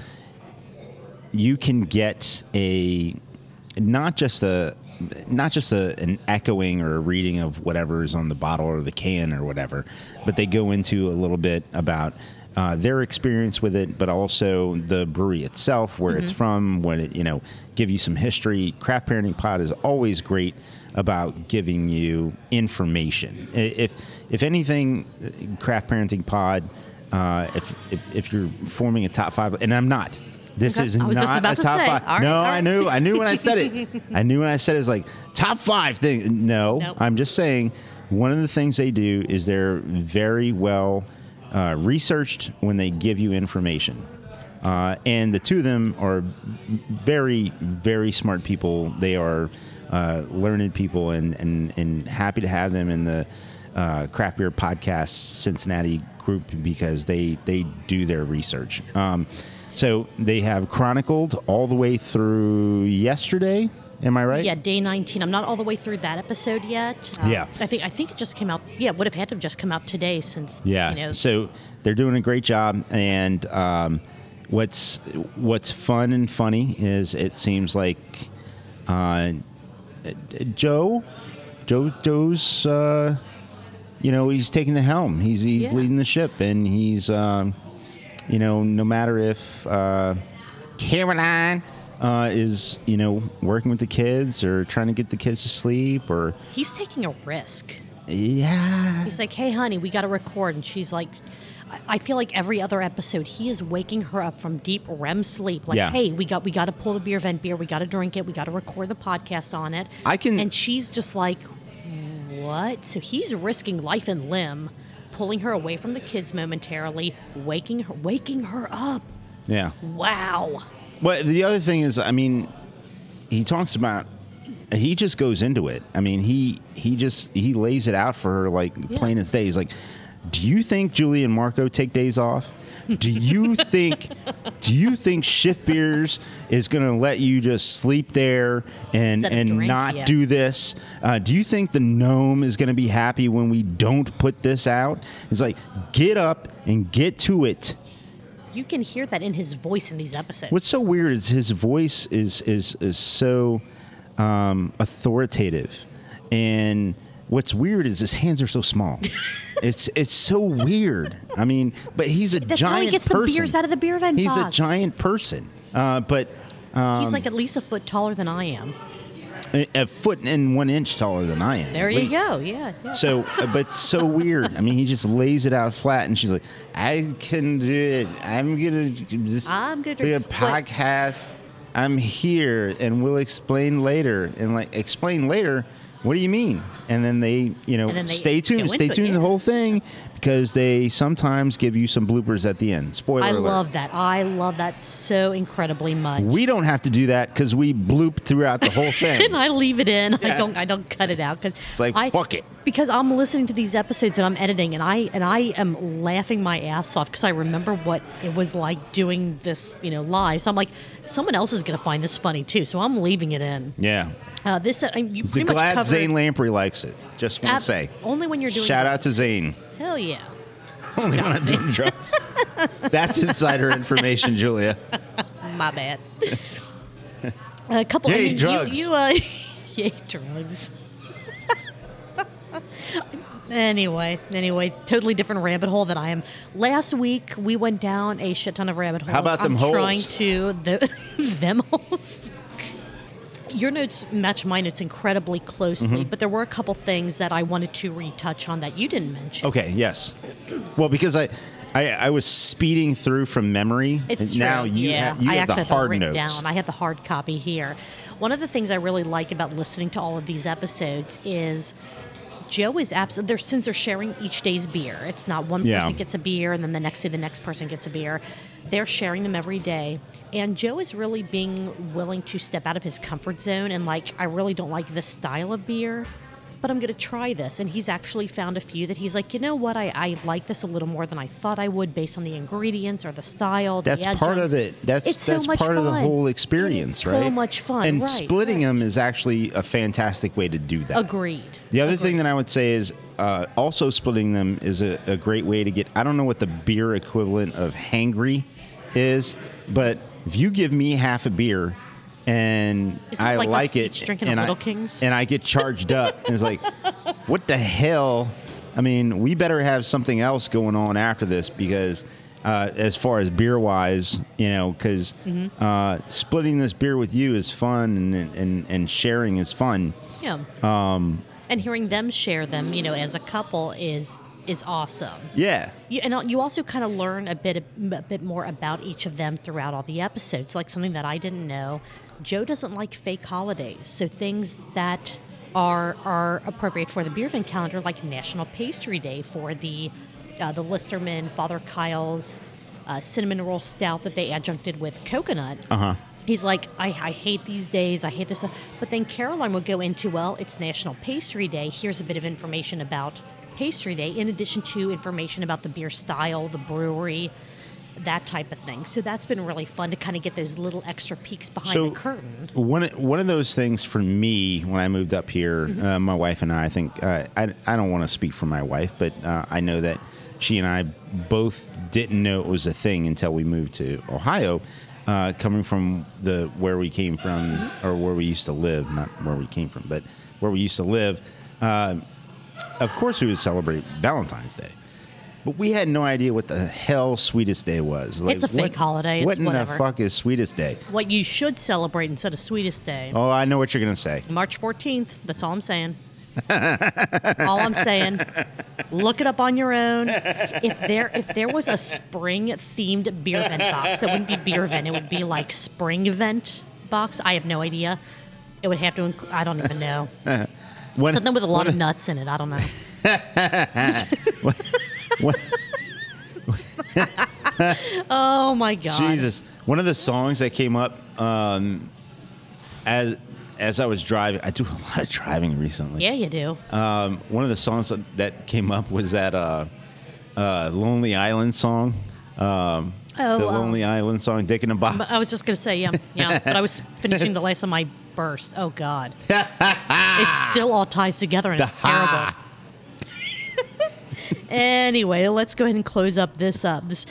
[SPEAKER 1] you can get a not just a not just a, an echoing or a reading of whatever is on the bottle or the can or whatever, but they go into a little bit about uh, their experience with it, but also the brewery itself, where
[SPEAKER 2] Mm-hmm.
[SPEAKER 1] it's from, when it you know give you some history. Craft Parenting Pod is always great about giving you information. I- If if anything, Craft Parenting Pod. Uh, if, if if you're forming a top five, and I'm not, this
[SPEAKER 2] Okay.
[SPEAKER 1] is
[SPEAKER 2] I was
[SPEAKER 1] not
[SPEAKER 2] just about
[SPEAKER 1] a
[SPEAKER 2] to
[SPEAKER 1] top
[SPEAKER 2] say.
[SPEAKER 1] five.
[SPEAKER 2] All right,
[SPEAKER 1] no,
[SPEAKER 2] all right.
[SPEAKER 1] I knew. I knew when I said it. I knew when I said it was like top five thing. No,
[SPEAKER 2] Nope.
[SPEAKER 1] I'm just saying one of the things they do is they're very well uh, researched when they give you information. Uh, and the two of them are very, very smart people. They are uh, learned people and, and, and happy to have them in the uh, Craft Beer Podcast Cincinnati group because they, they do their research. Um, so they have chronicled all the way through yesterday. Am I right?
[SPEAKER 2] Yeah, day 19. I'm not all the way through that episode yet. Um,
[SPEAKER 1] Yeah.
[SPEAKER 2] I think I think it just came out. Yeah, it would have had to have just come out today since
[SPEAKER 1] Yeah.
[SPEAKER 2] you know
[SPEAKER 1] So they're doing a great job, and um, what's what's fun and funny is it seems like uh, Joe, Joe, Joe's, uh, you know, he's taking the helm. He's he's
[SPEAKER 2] Yeah.
[SPEAKER 1] leading the ship, and he's, um, you know, no matter if uh, Caroline. Uh, is you know working with the kids or trying to get the kids to sleep or
[SPEAKER 2] he's taking a risk.
[SPEAKER 1] yeah
[SPEAKER 2] He's like, "Hey, honey, we got to record," and she's like, I- "I feel like every other episode, he is waking her up from deep REM sleep. Like,
[SPEAKER 1] Yeah.
[SPEAKER 2] hey, we got we got to pull the beer vent beer. We got to drink it. We got to record the podcast on it."
[SPEAKER 1] I can-
[SPEAKER 2] and she's just like, "What?" So he's risking life and limb pulling her away from the kids momentarily, waking her, waking her up.
[SPEAKER 1] Yeah.
[SPEAKER 2] Wow.
[SPEAKER 1] Well, the other thing is, I mean, he talks about he just goes into it. I mean, he he just he lays it out for her like plain as day. He's like, "Do you think Julie and Marco take days off? Do you think do you think Shift Beers is going to let you just sleep there and
[SPEAKER 2] Instead of
[SPEAKER 1] and
[SPEAKER 2] drink,
[SPEAKER 1] not
[SPEAKER 2] yeah.
[SPEAKER 1] do this? Uh, do you think the gnome is going to be happy when we don't put this out?" He's like, "Get up and get to it."
[SPEAKER 2] You can hear that in his voice in these episodes.
[SPEAKER 1] What's so weird is his voice is is is so um, authoritative, and what's weird is his hands are so small. it's it's so weird. I mean, but he's a
[SPEAKER 2] That's
[SPEAKER 1] giant
[SPEAKER 2] how he gets the
[SPEAKER 1] person.
[SPEAKER 2] beers out of the beer vent
[SPEAKER 1] He's
[SPEAKER 2] box.
[SPEAKER 1] a giant um, person, uh, but
[SPEAKER 2] He's like at least a foot taller than I am.
[SPEAKER 1] a, a foot and one inch taller than I am.
[SPEAKER 2] There
[SPEAKER 1] at
[SPEAKER 2] you
[SPEAKER 1] least.
[SPEAKER 2] go. Yeah. yeah.
[SPEAKER 1] So, but it's so weird. I mean, he just lays it out flat, and she's like, "I can do it. I'm gonna just
[SPEAKER 2] I'm gonna-
[SPEAKER 1] do a
[SPEAKER 2] what-
[SPEAKER 1] podcast. I'm here, and we'll explain later." And like, explain later. What do you mean? And then they, you know,
[SPEAKER 2] And then they
[SPEAKER 1] stay tuned.
[SPEAKER 2] go
[SPEAKER 1] Stay
[SPEAKER 2] into it,
[SPEAKER 1] tuned to the
[SPEAKER 2] yeah.
[SPEAKER 1] whole thing because they sometimes give you some bloopers at the end. Spoiler
[SPEAKER 2] I
[SPEAKER 1] alert.
[SPEAKER 2] love that. I love that so incredibly much.
[SPEAKER 1] We don't have to do that because we bloop throughout the whole thing.
[SPEAKER 2] and I leave it in. I
[SPEAKER 1] Yeah.
[SPEAKER 2] don't. I don't cut it out because it's
[SPEAKER 1] like,
[SPEAKER 2] I,
[SPEAKER 1] fuck it.
[SPEAKER 2] Because I'm listening to these episodes and I'm editing and I and I am laughing my ass off because I remember what it was like doing this, you know, live. So I'm like, someone else is gonna find this funny too. So I'm leaving it in.
[SPEAKER 1] yeah.
[SPEAKER 2] Uh, this uh, you
[SPEAKER 1] So
[SPEAKER 2] pretty much
[SPEAKER 1] glad
[SPEAKER 2] covered.
[SPEAKER 1] Zane Lamprey likes it. Just want
[SPEAKER 2] ab-
[SPEAKER 1] to say.
[SPEAKER 2] only when you're doing
[SPEAKER 1] Shout out to Zane.
[SPEAKER 2] Hell yeah.
[SPEAKER 1] Only when I'm doing drugs. That's insider information, Julia.
[SPEAKER 2] My bad. a couple. I
[SPEAKER 1] Yay,
[SPEAKER 2] mean, you-
[SPEAKER 1] drugs.
[SPEAKER 2] You, uh, yay, drugs. anyway, anyway, totally different rabbit hole that I am. Last week we went down a shit ton of rabbit holes.
[SPEAKER 1] about them
[SPEAKER 2] I'm
[SPEAKER 1] holes?
[SPEAKER 2] Trying to the them holes. Your notes match my notes incredibly closely,
[SPEAKER 1] Mm-hmm.
[SPEAKER 2] but there were a couple things that I wanted to retouch on that you didn't mention.
[SPEAKER 1] Okay, yes. Well, because I, I, I was speeding through from memory.
[SPEAKER 2] It's
[SPEAKER 1] and now
[SPEAKER 2] true.
[SPEAKER 1] you
[SPEAKER 2] yeah.
[SPEAKER 1] have, you
[SPEAKER 2] I
[SPEAKER 1] have
[SPEAKER 2] actually
[SPEAKER 1] the
[SPEAKER 2] have them
[SPEAKER 1] hard
[SPEAKER 2] written
[SPEAKER 1] notes.
[SPEAKER 2] down. I have the hard copy here. One of the things I really like about listening to all of these episodes is Joe is absent. They're, since they're sharing each day's beer, it's not one
[SPEAKER 1] Yeah.
[SPEAKER 2] person gets a beer and then the next day the next person gets a beer. They're sharing them every day, and Joe is really being willing to step out of his comfort zone and like, I really don't like this style of beer. But I'm going to try this. And he's actually found a few that he's like, you know what? I, I like this a little more than I thought I would based on the ingredients or the style. the
[SPEAKER 1] that's part of
[SPEAKER 2] adjuncts.
[SPEAKER 1] it. That's
[SPEAKER 2] It's so
[SPEAKER 1] that's
[SPEAKER 2] much
[SPEAKER 1] part of the
[SPEAKER 2] fun.
[SPEAKER 1] whole
[SPEAKER 2] It is
[SPEAKER 1] experience,
[SPEAKER 2] so
[SPEAKER 1] right?
[SPEAKER 2] much fun,
[SPEAKER 1] And
[SPEAKER 2] right,
[SPEAKER 1] splitting
[SPEAKER 2] right.
[SPEAKER 1] them is actually a fantastic way to do that.
[SPEAKER 2] Agreed.
[SPEAKER 1] The other thing that I would say is uh, also splitting them is a, a great way to get. I don't know what the beer equivalent of hangry is, but if you give me half a beer and
[SPEAKER 2] Isn't it
[SPEAKER 1] I
[SPEAKER 2] like us
[SPEAKER 1] like it,
[SPEAKER 2] each drinking a
[SPEAKER 1] and
[SPEAKER 2] Little
[SPEAKER 1] I,
[SPEAKER 2] Kings?
[SPEAKER 1] and I get charged up, and it's like, what the hell? I mean, we better have something else going on after this because. Uh, as far as beer wise, you know, because
[SPEAKER 2] Mm-hmm.
[SPEAKER 1] uh, splitting this beer with you is fun and, and, and sharing is fun.
[SPEAKER 2] Yeah. Um, and hearing them share them, you know, as a couple is is awesome.
[SPEAKER 1] Yeah.
[SPEAKER 2] You, and you also kind of learn a bit a bit more about each of them throughout all the episodes. Like something that I didn't know, Joe doesn't like fake holidays, so things that are are appropriate for the beer van calendar, like National Pastry Day for the uh, the Listerman, Father Kyle's uh, cinnamon roll stout that they adjuncted with coconut.
[SPEAKER 1] Uh huh.
[SPEAKER 2] He's like, I, I hate these days. I hate this. But then Caroline would go into, well, it's National Pastry Day. Here's a bit of information about Pastry Day, in addition to information about the beer style, the brewery, that type of thing. So that's been really fun to kind of get those little extra peeks behind the curtain.
[SPEAKER 1] One one of those things for me when I moved up here,
[SPEAKER 2] Mm-hmm.
[SPEAKER 1] uh, my wife and I. I think uh, I I don't want to speak for my wife, but uh, I know that she and I both didn't know it was a thing until we moved to Ohio. Uh, coming from the where we came from,
[SPEAKER 2] Mm-hmm.
[SPEAKER 1] or where we used to live, not where we came from, but where we used to live. Uh, of course, we would celebrate Valentine's Day. But we had no idea what the hell Sweetest Day was. Like,
[SPEAKER 2] It's a fake
[SPEAKER 1] what-
[SPEAKER 2] holiday. It's
[SPEAKER 1] what in the
[SPEAKER 2] whatever.
[SPEAKER 1] fuck is Sweetest Day?
[SPEAKER 2] What you should celebrate instead of Sweetest Day,
[SPEAKER 1] Oh, I know what you're gonna say.
[SPEAKER 2] March 14th. That's all I'm saying. all I'm saying. Look it up on your own. If there if there was a spring themed beer vent box, it wouldn't be beer vent. It would be like spring vent box. I have no idea. It would have to. Inc- I don't even know.
[SPEAKER 1] When-
[SPEAKER 2] Something with a lot of nuts in it. I don't know.
[SPEAKER 1] What-
[SPEAKER 2] Oh my God.
[SPEAKER 1] Jesus. One of the songs that came up um, as as I was driving, I do a lot of driving recently.
[SPEAKER 2] Yeah, you do.
[SPEAKER 1] Um, one of the songs that, that came up was that uh, uh, Lonely Island song. Um,
[SPEAKER 2] Oh,
[SPEAKER 1] the
[SPEAKER 2] um,
[SPEAKER 1] Lonely Island song, Dick in a Box.
[SPEAKER 2] But I was just gonna say, yeah, yeah. But I was finishing the last of my burst. Oh God, it still all ties together, and it's terrible. Anyway, let's go ahead and close up this up. This,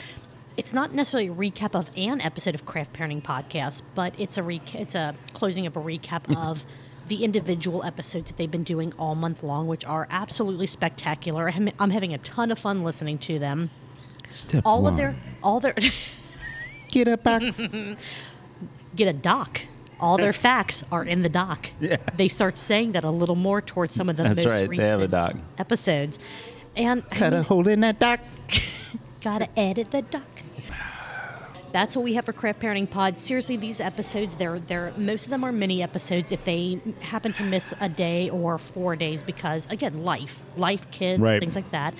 [SPEAKER 2] it's not necessarily a recap of an episode of Craft Parenting Podcast, but it's a reca- it's a closing of a recap of the individual episodes that they've been doing all month long, which are absolutely spectacular. I'm, I'm having a ton of fun listening to them.
[SPEAKER 1] Step
[SPEAKER 2] All
[SPEAKER 1] one.
[SPEAKER 2] of their all their.
[SPEAKER 1] Get a box.
[SPEAKER 2] get a doc. All their facts are in the doc.
[SPEAKER 1] Yeah.
[SPEAKER 2] They start saying that a little more towards some of the
[SPEAKER 1] That's
[SPEAKER 2] most
[SPEAKER 1] right,
[SPEAKER 2] recent
[SPEAKER 1] they have a doc.
[SPEAKER 2] episodes. And I
[SPEAKER 1] Cut a
[SPEAKER 2] mean,
[SPEAKER 1] hole in that dock.
[SPEAKER 2] gotta edit the doc. That's what we have for Craft Parenting Pod. Seriously, these episodes, they're, they're most of them are mini episodes if they happen to miss a day or four days because again, life. Life, kids,
[SPEAKER 1] Right.
[SPEAKER 2] things like that.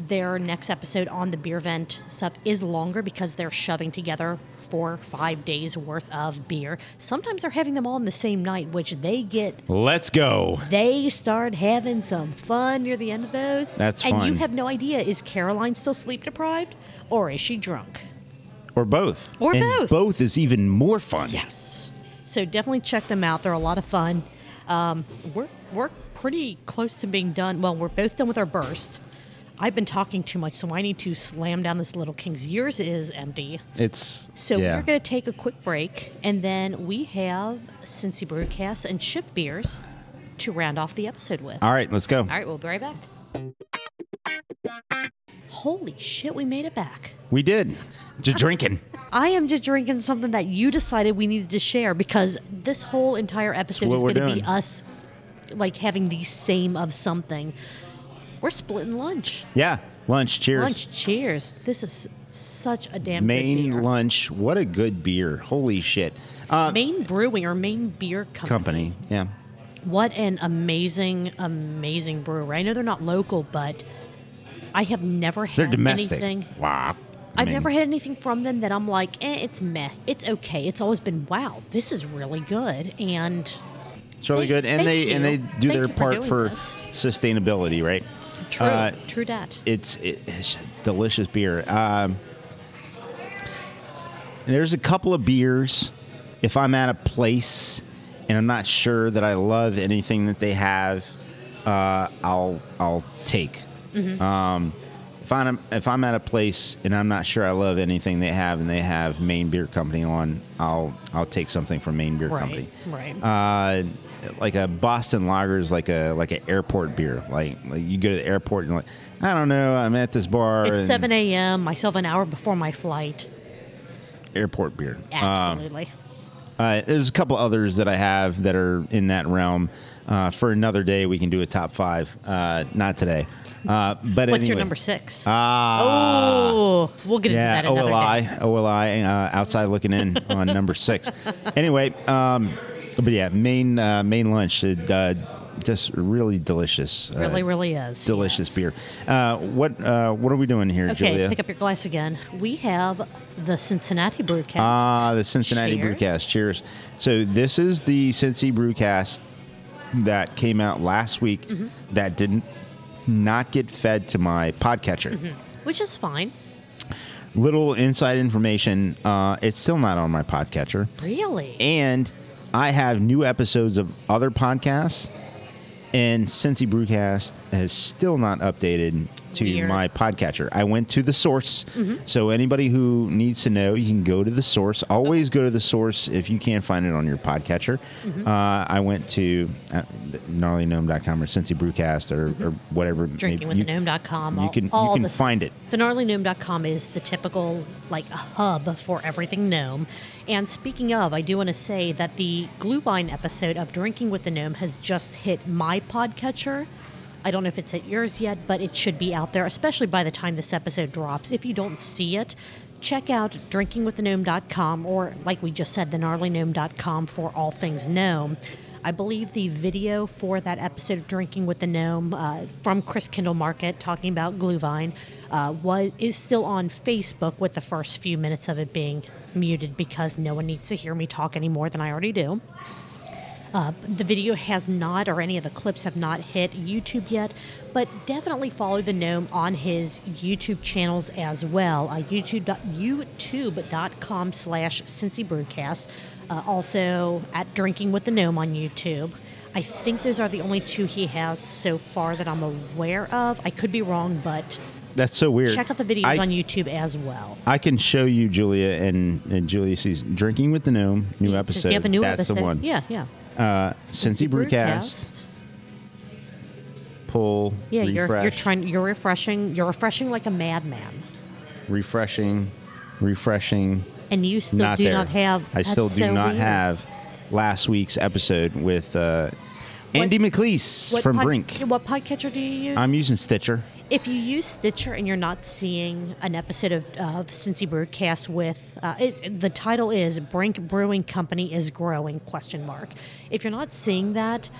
[SPEAKER 2] Their next episode on the beer vent stuff is longer because they're shoving together four, five days worth of beer. Sometimes they're having them all in the same night, which they get
[SPEAKER 1] Let's go.
[SPEAKER 2] they start having some fun near the end of those.
[SPEAKER 1] That's
[SPEAKER 2] and you
[SPEAKER 1] fun.
[SPEAKER 2] have no idea is Caroline still sleep deprived or is she drunk?
[SPEAKER 1] Or both.
[SPEAKER 2] Or
[SPEAKER 1] And
[SPEAKER 2] both.
[SPEAKER 1] Both is even more fun.
[SPEAKER 2] Yes. So definitely check them out. They're a lot of fun. Um, we're we're pretty close to being done. Well, we're both done with our burst. I've been talking too much, so I need to slam down this little king's. Yours is empty.
[SPEAKER 1] It's
[SPEAKER 2] So
[SPEAKER 1] yeah.
[SPEAKER 2] we're going to take a quick break, and then we have Cincy Brewcast and Shift Beers to round off the episode with.
[SPEAKER 1] All right, let's go.
[SPEAKER 2] All right, we'll be right back. Holy shit, we made it back.
[SPEAKER 1] We did. To drinking.
[SPEAKER 2] I am just drinking something that you decided we needed to share because this whole entire episode
[SPEAKER 1] what
[SPEAKER 2] is
[SPEAKER 1] we're
[SPEAKER 2] going to be
[SPEAKER 1] doing.
[SPEAKER 2] us like having the same of something. We're splitting lunch.
[SPEAKER 1] Yeah. Lunch. Cheers.
[SPEAKER 2] Lunch, cheers. This is such a damn good
[SPEAKER 1] Maine
[SPEAKER 2] beer.
[SPEAKER 1] lunch. What a good beer. Holy shit. Uh,
[SPEAKER 2] Maine Brewing or Maine Beer Company.
[SPEAKER 1] company. Yeah.
[SPEAKER 2] What an amazing, amazing brewery. I know they're not local, but I have never had
[SPEAKER 1] They're domestic.
[SPEAKER 2] anything.
[SPEAKER 1] Wow. I
[SPEAKER 2] I've
[SPEAKER 1] mean,
[SPEAKER 2] never had anything from them that I'm like, eh, it's meh. It's okay. It's always been, wow, this is really good. And
[SPEAKER 1] It's really
[SPEAKER 2] Thank-
[SPEAKER 1] good, and
[SPEAKER 2] thank
[SPEAKER 1] they and they
[SPEAKER 2] you.
[SPEAKER 1] do
[SPEAKER 2] Thank
[SPEAKER 1] their
[SPEAKER 2] you for
[SPEAKER 1] part
[SPEAKER 2] doing
[SPEAKER 1] for
[SPEAKER 2] this.
[SPEAKER 1] sustainability, right?
[SPEAKER 2] true,
[SPEAKER 1] Uh,
[SPEAKER 2] true dat.
[SPEAKER 1] it's, it's delicious beer. Um, there's a couple of beers. If I'm at a place and I'm not sure that I love anything that they have, uh, I'll I'll take. Um, if I'm if I'm at a place and I'm not sure I love anything they have, and they have Maine Beer Company on, I'll I'll take something from Maine Beer
[SPEAKER 2] Right,
[SPEAKER 1] Company.
[SPEAKER 2] right.
[SPEAKER 1] Uh, like a Boston Lager is like a like an airport beer. Like, like you go to the airport and you're like I don't know, I'm at this bar.
[SPEAKER 2] It's
[SPEAKER 1] and
[SPEAKER 2] 7 a.m. myself an hour before my flight.
[SPEAKER 1] airport beer. Um,
[SPEAKER 2] Absolutely.
[SPEAKER 1] Uh, there's a couple others that I have that are in that realm. Uh, for another day, we can do a top five. Uh, not today, uh, but
[SPEAKER 2] What's
[SPEAKER 1] anyway.
[SPEAKER 2] your number six?
[SPEAKER 1] Ah,
[SPEAKER 2] oh, we'll get
[SPEAKER 1] yeah,
[SPEAKER 2] into that another day.
[SPEAKER 1] OLI, OLI, uh, outside looking in on number six. Anyway, um, but yeah, main uh, main lunch, uh, just really delicious. uh,
[SPEAKER 2] Really, really is.
[SPEAKER 1] delicious
[SPEAKER 2] yes.
[SPEAKER 1] beer. Uh, what uh, what are we doing here,
[SPEAKER 2] Okay,
[SPEAKER 1] Julia?
[SPEAKER 2] pick up your glass again. We have the Cincinnati Brewcast.
[SPEAKER 1] Ah, the Cincinnati
[SPEAKER 2] Cheers.
[SPEAKER 1] Brewcast. Cheers. So this is the Cincy Brewcast that came out last week
[SPEAKER 2] Mm-hmm.
[SPEAKER 1] that didn't not get fed to my podcatcher.
[SPEAKER 2] Which is fine.
[SPEAKER 1] Little inside information. Uh, it's still not on my podcatcher,
[SPEAKER 2] Really?
[SPEAKER 1] and I have new episodes of other podcasts, and Cincy Brewcast has still not updated to
[SPEAKER 2] Weird. Mm-hmm.
[SPEAKER 1] my podcatcher. I went to the source. So anybody who needs to know, you can go to the source. Always go to the source if you can't find it on your podcatcher.
[SPEAKER 2] Mm-hmm.
[SPEAKER 1] Uh, I went to uh, gnarlygnome.com or Cincy Brewcast or, or whatever.
[SPEAKER 2] Mm-hmm. drinking
[SPEAKER 1] Maybe
[SPEAKER 2] with gnome.com
[SPEAKER 1] you
[SPEAKER 2] all,
[SPEAKER 1] can- you
[SPEAKER 2] all
[SPEAKER 1] can
[SPEAKER 2] the sites.
[SPEAKER 1] find it.
[SPEAKER 2] the gnarlygnome.com is the typical like hub for everything gnome and speaking of i do want to say that the glühwein episode of drinking with the gnome has just hit my podcatcher i don't know if it's at yours yet but it should be out there especially by the time this episode drops if you don't see it check out drinkingwiththegnome.com or like we just said the gnarlygnome.com for all things gnome I believe the video for that episode of Drinking with the Gnome uh, from Chris Kindle Market talking about Glühwein uh, was is still on Facebook with the first few minutes of it being muted because no one needs to hear me talk any more than I already do. Uh, the video has not, or any of the clips have not hit YouTube yet, but definitely follow the gnome on his YouTube channels as well. Uh, YouTube YouTube.com slash Cincy Brewcast. Uh, also at Drinking with the Gnome on YouTube. I think those are the only two he has so far that I'm aware of. I could be wrong, but
[SPEAKER 1] That's so weird.
[SPEAKER 2] check out the videos
[SPEAKER 1] I,
[SPEAKER 2] on YouTube as well.
[SPEAKER 1] I can show you Julia and, and Julia sees Drinking with the Gnome, new
[SPEAKER 2] Since
[SPEAKER 1] episode.
[SPEAKER 2] you have a new
[SPEAKER 1] That's
[SPEAKER 2] episode.
[SPEAKER 1] the one.
[SPEAKER 2] Yeah, yeah.
[SPEAKER 1] Uh, Cincy Brewcast,
[SPEAKER 2] Brewcast.
[SPEAKER 1] pull,
[SPEAKER 2] Yeah, you're
[SPEAKER 1] refresh,
[SPEAKER 2] you're trying you're refreshing you're refreshing like a madman,
[SPEAKER 1] refreshing, refreshing.
[SPEAKER 2] and you still
[SPEAKER 1] not
[SPEAKER 2] do
[SPEAKER 1] there.
[SPEAKER 2] not have.
[SPEAKER 1] I
[SPEAKER 2] that's
[SPEAKER 1] still do
[SPEAKER 2] so
[SPEAKER 1] not
[SPEAKER 2] weird.
[SPEAKER 1] have last week's episode with uh, Andy McLeese
[SPEAKER 2] What
[SPEAKER 1] from
[SPEAKER 2] pod-
[SPEAKER 1] Brink.
[SPEAKER 2] What podcatcher do you use?
[SPEAKER 1] I'm using Stitcher.
[SPEAKER 2] If you use Stitcher and you're not seeing an episode of, of Cincy Brewcast with uh, it, the title is Brink Brewing Company is growing question mark. If you're not seeing that,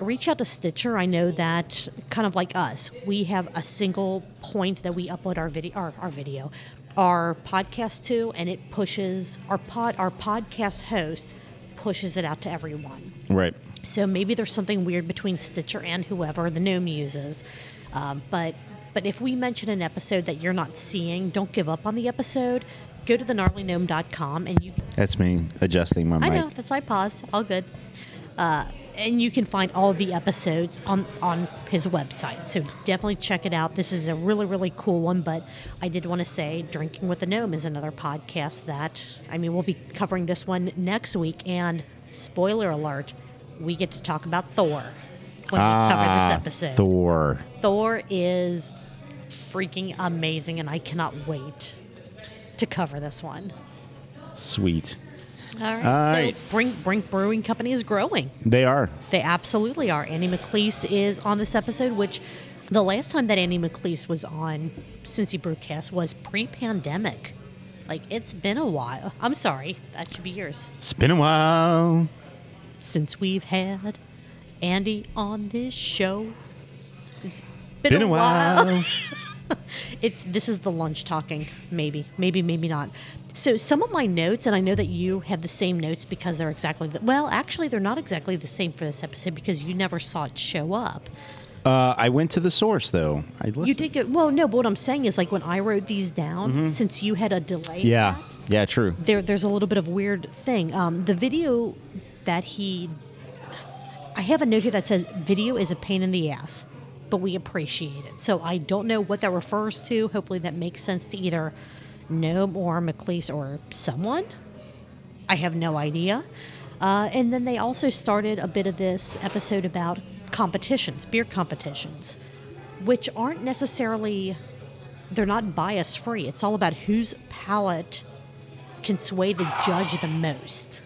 [SPEAKER 2] reach out to Stitcher. I know that kind of like us, we have a single point that we upload our video our, our video, our podcast to, and it pushes our pod our podcast host pushes it out to everyone.
[SPEAKER 1] Right.
[SPEAKER 2] So maybe there's something weird between Stitcher and whoever the gnome uses. Um, but but if we mention an episode that you're not seeing, don't give up on the episode. Go to thenarlygnome.com and you.
[SPEAKER 1] That's me adjusting my
[SPEAKER 2] I
[SPEAKER 1] mic.
[SPEAKER 2] know that's why I pause. All good. Uh, and you can find all the episodes on on his website. So definitely check it out. This is a really really cool one. But I did want to say, Drinking with the Gnome is another podcast that I mean we'll be covering this one next week. And spoiler alert, we get to talk about Thor when we
[SPEAKER 1] Ah,
[SPEAKER 2] cover this episode.
[SPEAKER 1] Thor.
[SPEAKER 2] Thor is freaking amazing, and I cannot wait to cover this one.
[SPEAKER 1] Sweet.
[SPEAKER 2] All right.
[SPEAKER 1] All
[SPEAKER 2] so
[SPEAKER 1] right.
[SPEAKER 2] Brink Brink Brewing Company is growing.
[SPEAKER 1] They are.
[SPEAKER 2] They absolutely are. Annie McLeese is on this episode, which the last time that Annie McLeese was on Cincy Brewcast was pre-pandemic. Like it's been a while. I'm sorry, that should be yours.
[SPEAKER 1] It's been a while.
[SPEAKER 2] Since we've had Andy on this show, it's been,
[SPEAKER 1] Been a while.
[SPEAKER 2] It's this is the lunch talking, maybe, maybe, maybe not. So some of my notes, and I know that you had the same notes because they're exactly the, well, actually, they're not exactly the same for this episode because you never saw it show up.
[SPEAKER 1] uh, I went to the source though. I listened.
[SPEAKER 2] You did go well, no, but what I'm saying is like when I wrote these down, since you had a delay, in
[SPEAKER 1] Yeah.
[SPEAKER 2] that,
[SPEAKER 1] Yeah. True.
[SPEAKER 2] there there's a little bit of weird thing. Um, the video that he, I have a note here that says video is a pain in the ass, but we appreciate it. So I don't know what that refers to. Hopefully that makes sense to either Gnome or McLeese or someone. I have no idea. Uh, and then they also started a bit of this episode about competitions, beer competitions, which aren't necessarily, they're not bias free. It's all about whose palate can sway the judge the most.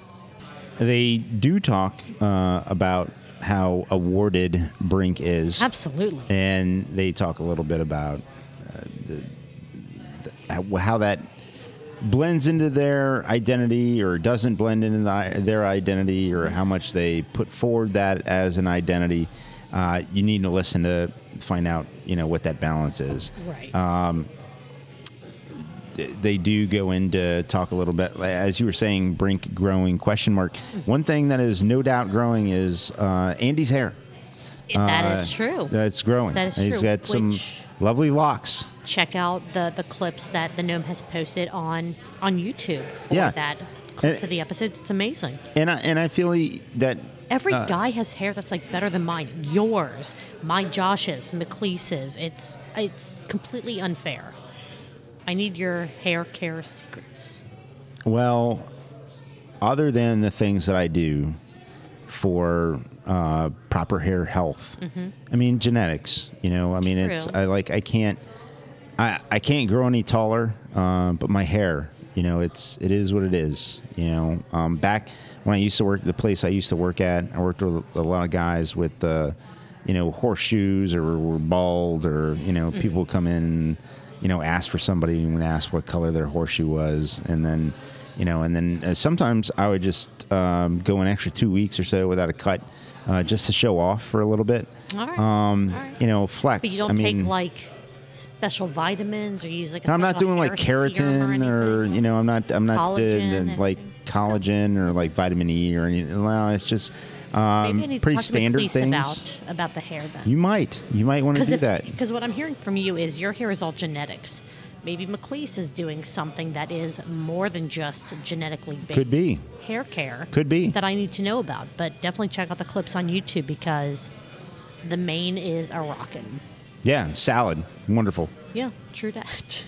[SPEAKER 1] They do talk uh, about how awarded Brink is.
[SPEAKER 2] Absolutely.
[SPEAKER 1] and they talk a little bit about uh, the, the, how that blends into their identity or doesn't blend into the, their identity or how much they put forward that as an identity uh, you need to listen to find out you know what that balance is
[SPEAKER 2] Right.
[SPEAKER 1] Uh, they do go into talk a little bit as you were saying brink growing question mark one thing that is no doubt growing is uh, andy's hair
[SPEAKER 2] that
[SPEAKER 1] Uh,
[SPEAKER 2] is true.
[SPEAKER 1] that's growing
[SPEAKER 2] That is
[SPEAKER 1] And he's
[SPEAKER 2] true,
[SPEAKER 1] got some
[SPEAKER 2] which-
[SPEAKER 1] lovely locks
[SPEAKER 2] Check out the, the clips that the gnome has posted on on YouTube for
[SPEAKER 1] Yeah.
[SPEAKER 2] that clips
[SPEAKER 1] And-
[SPEAKER 2] of the episodes. It's amazing.
[SPEAKER 1] And I, and I feel he- that
[SPEAKER 2] Every
[SPEAKER 1] uh,
[SPEAKER 2] guy has hair that's like better than mine. Yours, my Josh's, McLeese's. It's it's completely unfair. I need your hair care secrets.
[SPEAKER 1] well, other than the things that I do for uh, proper hair health, I mean genetics. You know, I mean it's
[SPEAKER 2] Mm-hmm. True.
[SPEAKER 1] I like I can't I I can't grow any taller, uh, but my hair. You know, it's it is what it is. You know, um, back when I used to work the place I used to work at, I worked with a lot of guys with uh, you know horseshoes or were bald or you know
[SPEAKER 2] Mm-hmm.
[SPEAKER 1] people would come in and you know ask for somebody and would ask what color their horseshoe was, and then you know, and then uh, sometimes I would just um, go an extra two weeks or so without a cut, uh, just to show off for a little bit.
[SPEAKER 2] All right.
[SPEAKER 1] Um,
[SPEAKER 2] All right.
[SPEAKER 1] You know, flex.
[SPEAKER 2] But you don't
[SPEAKER 1] I mean,
[SPEAKER 2] take like special vitamins or use like. A
[SPEAKER 1] I'm not
[SPEAKER 2] special
[SPEAKER 1] doing like
[SPEAKER 2] hair serum
[SPEAKER 1] keratin or,
[SPEAKER 2] anything?
[SPEAKER 1] you know, I'm not I'm not doing
[SPEAKER 2] Collagen,
[SPEAKER 1] the, like
[SPEAKER 2] anything?
[SPEAKER 1] collagen or like vitamin E or anything. No, it's just um,
[SPEAKER 2] Maybe I need
[SPEAKER 1] pretty
[SPEAKER 2] to talk
[SPEAKER 1] standard
[SPEAKER 2] to Matisse
[SPEAKER 1] things.
[SPEAKER 2] about about the hair then.
[SPEAKER 1] You might you might want to do that.
[SPEAKER 2] Because what I'm hearing from you is your hair is all genetics. Maybe McLeese is doing something that is more than just genetically based.
[SPEAKER 1] Could be.
[SPEAKER 2] Hair care.
[SPEAKER 1] Could be.
[SPEAKER 2] That I need to know about. But definitely check out the clips on YouTube because the main is a rockin'.
[SPEAKER 1] Yeah, salad, wonderful.
[SPEAKER 2] Yeah, true that.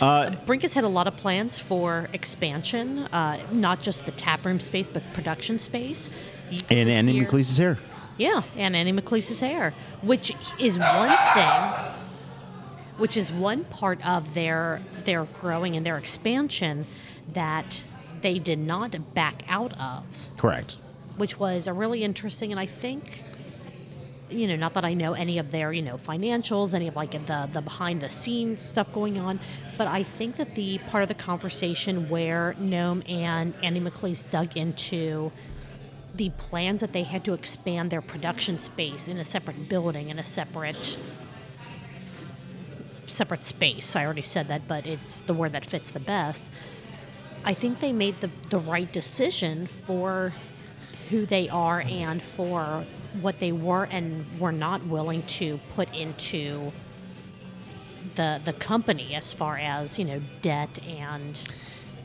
[SPEAKER 1] Uh,
[SPEAKER 2] Uh, Brink has had a lot of plans for expansion, uh, not just the taproom space, but production space. You get
[SPEAKER 1] And
[SPEAKER 2] to
[SPEAKER 1] and
[SPEAKER 2] hear-
[SPEAKER 1] McLeese's hair.
[SPEAKER 2] Yeah, and Annie McLeese's hair, which is one thing, which is one part of their their growing and their expansion that they did not back out of,
[SPEAKER 1] Correct.
[SPEAKER 2] which was a really interesting. And I think, you know, not that I know any of their you know financials, any of like the the behind the scenes stuff going on, but I think that the part of the conversation where Gnome and Annie McLeese dug into the plans that they had to expand their production space in a separate building in a separate separate space. I already said that, but it's the word that fits the best. I think they made the, the right decision for who they are and for what they were and were not willing to put into the the company as far as, you know, debt and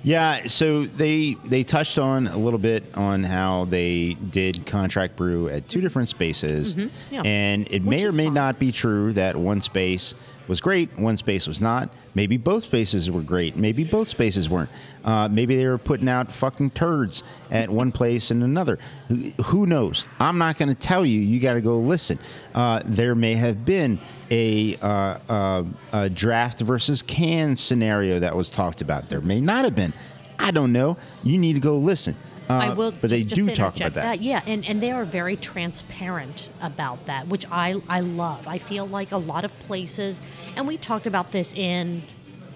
[SPEAKER 1] Yeah, so they they touched on a little bit on how they did contract brew at two different spaces,
[SPEAKER 2] Mm-hmm. yeah.
[SPEAKER 1] and it
[SPEAKER 2] Which
[SPEAKER 1] may or
[SPEAKER 2] is
[SPEAKER 1] may
[SPEAKER 2] fine.
[SPEAKER 1] not be true that one space was great, one space was not. Maybe both spaces were great. Maybe both spaces weren't. Uh, maybe they were putting out fucking turds at one place and another. Who, who knows? I'm not going to tell you. You got to go listen. Uh, there may have been a, uh, uh, a draft versus can scenario that was talked about. There may not have been. I don't know. You need to go listen. Uh,
[SPEAKER 2] I will.
[SPEAKER 1] but they
[SPEAKER 2] just
[SPEAKER 1] do
[SPEAKER 2] interject.
[SPEAKER 1] talk about that.
[SPEAKER 2] Uh, yeah, and, and they are very transparent about that, which I I love. I feel like a lot of places, and we talked about this in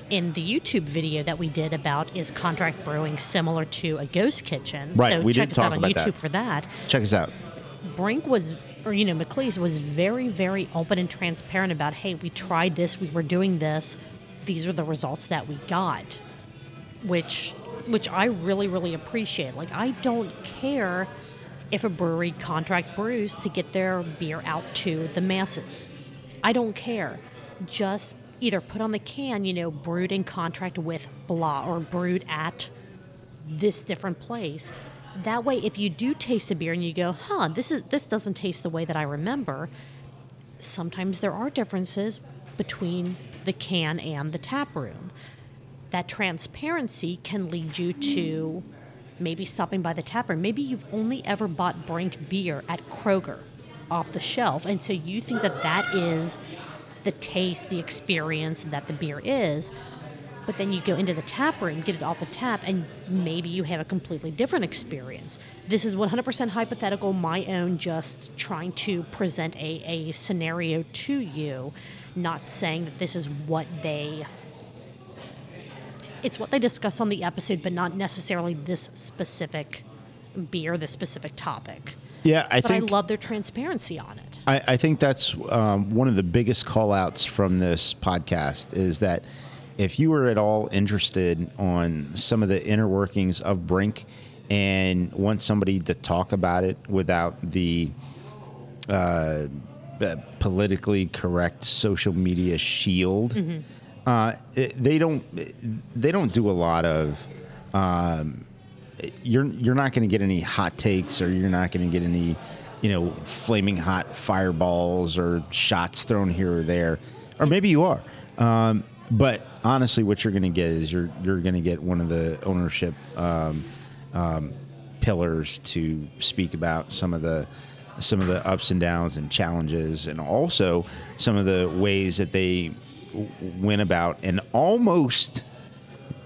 [SPEAKER 2] in the YouTube video that we did about is contract brewing similar to a ghost kitchen.
[SPEAKER 1] Right,
[SPEAKER 2] So
[SPEAKER 1] we
[SPEAKER 2] check
[SPEAKER 1] did
[SPEAKER 2] us
[SPEAKER 1] talk
[SPEAKER 2] out on
[SPEAKER 1] about that.
[SPEAKER 2] YouTube for that.
[SPEAKER 1] Check us out.
[SPEAKER 2] Brink was, or you know, McLeese was very, very open and transparent about, hey, we tried this, we were doing this, these are the results that we got, which, which I really, really appreciate. Like, I don't care if a brewery contract brews to get their beer out to the masses. I don't care. Just either put on the can, you know, brewed in contract with blah, or brewed at this different place. That way, if you do taste a beer and you go, "Huh, this is this doesn't taste the way that I remember," sometimes there are differences between the can and the tap room. That transparency can lead you to maybe stopping by the tap room. Maybe you've only ever bought Brink beer at Kroger off the shelf, and so you think that that is the taste, the experience that the beer is. But then you go into the tap room, get it off the tap, and maybe you have a completely different experience. This is 100% hypothetical, my own, just trying to present a, a scenario to you, not saying that this is what they. It's what they discuss on the episode, but not necessarily this specific beer, this specific topic.
[SPEAKER 1] Yeah, I
[SPEAKER 2] But
[SPEAKER 1] think
[SPEAKER 2] I love their transparency on it.
[SPEAKER 1] I, I think that's um, one of the biggest call outs from this podcast is that if you were at all interested on some of the inner workings of Brink and want somebody to talk about it without the uh, b- politically correct social media shield, uh, it- they don't they don't do a lot of you're you're not going to get any hot takes or you're not going to get any you know flaming hot fireballs or shots thrown here or there or maybe you are um, but honestly what you're going to get is you're you're going to get one of the ownership um, um, pillars to speak about some of the some of the ups and downs and challenges and also some of the ways that they w- went about and almost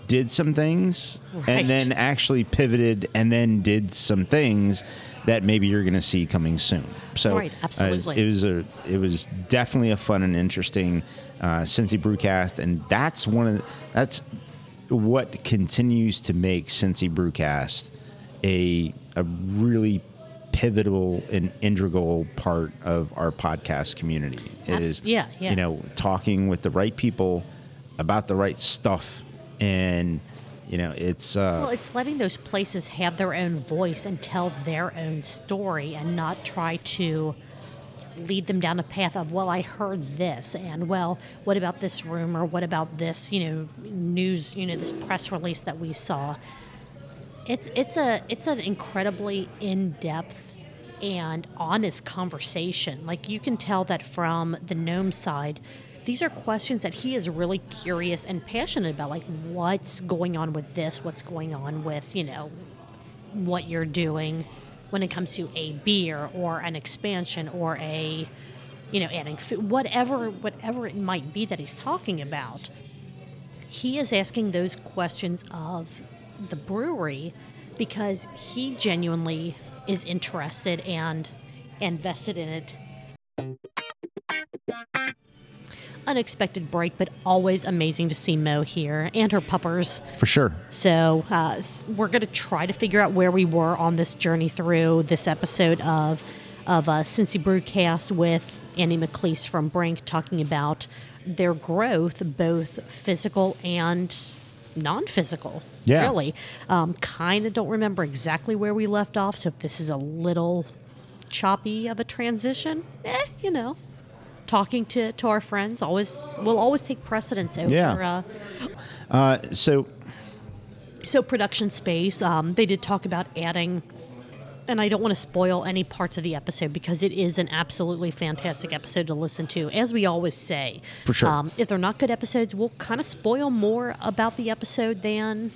[SPEAKER 1] did some things
[SPEAKER 2] Right.
[SPEAKER 1] and then actually pivoted and then did some things that maybe you're going to see coming soon. So
[SPEAKER 2] Right,
[SPEAKER 1] uh,
[SPEAKER 2] absolutely.
[SPEAKER 1] it was a it was definitely a fun and interesting uh, Cincy Brewcast, and that's one of the, that's what continues to make Cincy Brewcast a a really pivotal and integral part of our podcast community
[SPEAKER 2] Abs-
[SPEAKER 1] is
[SPEAKER 2] yeah, yeah.
[SPEAKER 1] you know talking with the right people about the right stuff and you know it's uh
[SPEAKER 2] Well, it's letting those places have their own voice and tell their own story and not try to lead them down a path of, well, I heard this, and well, what about this rumor? What about this, you know, news, you know, this press release that we saw? It's it's a it's an incredibly in depth and honest conversation. Like you can tell that from the gnome side, these are questions that he is really curious and passionate about. Like what's going on with this? What's going on with you know what you're doing when it comes to a beer or an expansion or a you know adding food, whatever whatever it might be that he's talking about he is asking those questions of the brewery because he genuinely is interested and invested in it. Unexpected break, but always amazing to see Mo here and her puppers.
[SPEAKER 1] for sure
[SPEAKER 2] So uh, s- we're going to try to figure out where we were on this journey through this episode of of uh, Cincy Brewcast with Annie McLeese from Brink talking about their growth, both physical and non-physical.
[SPEAKER 1] Yeah.
[SPEAKER 2] Really, um, kind of don't remember exactly where we left off. So if this is a little choppy of a transition, eh, you know, talking to, to our friends always will always take precedence over
[SPEAKER 1] Yeah.
[SPEAKER 2] uh,
[SPEAKER 1] uh so
[SPEAKER 2] so production space um, they did talk about adding and i don't want to spoil any parts of the episode because it is an absolutely fantastic episode to listen to as we always say Um,
[SPEAKER 1] For sure.
[SPEAKER 2] if they're not good episodes we'll kind of spoil more about the episode than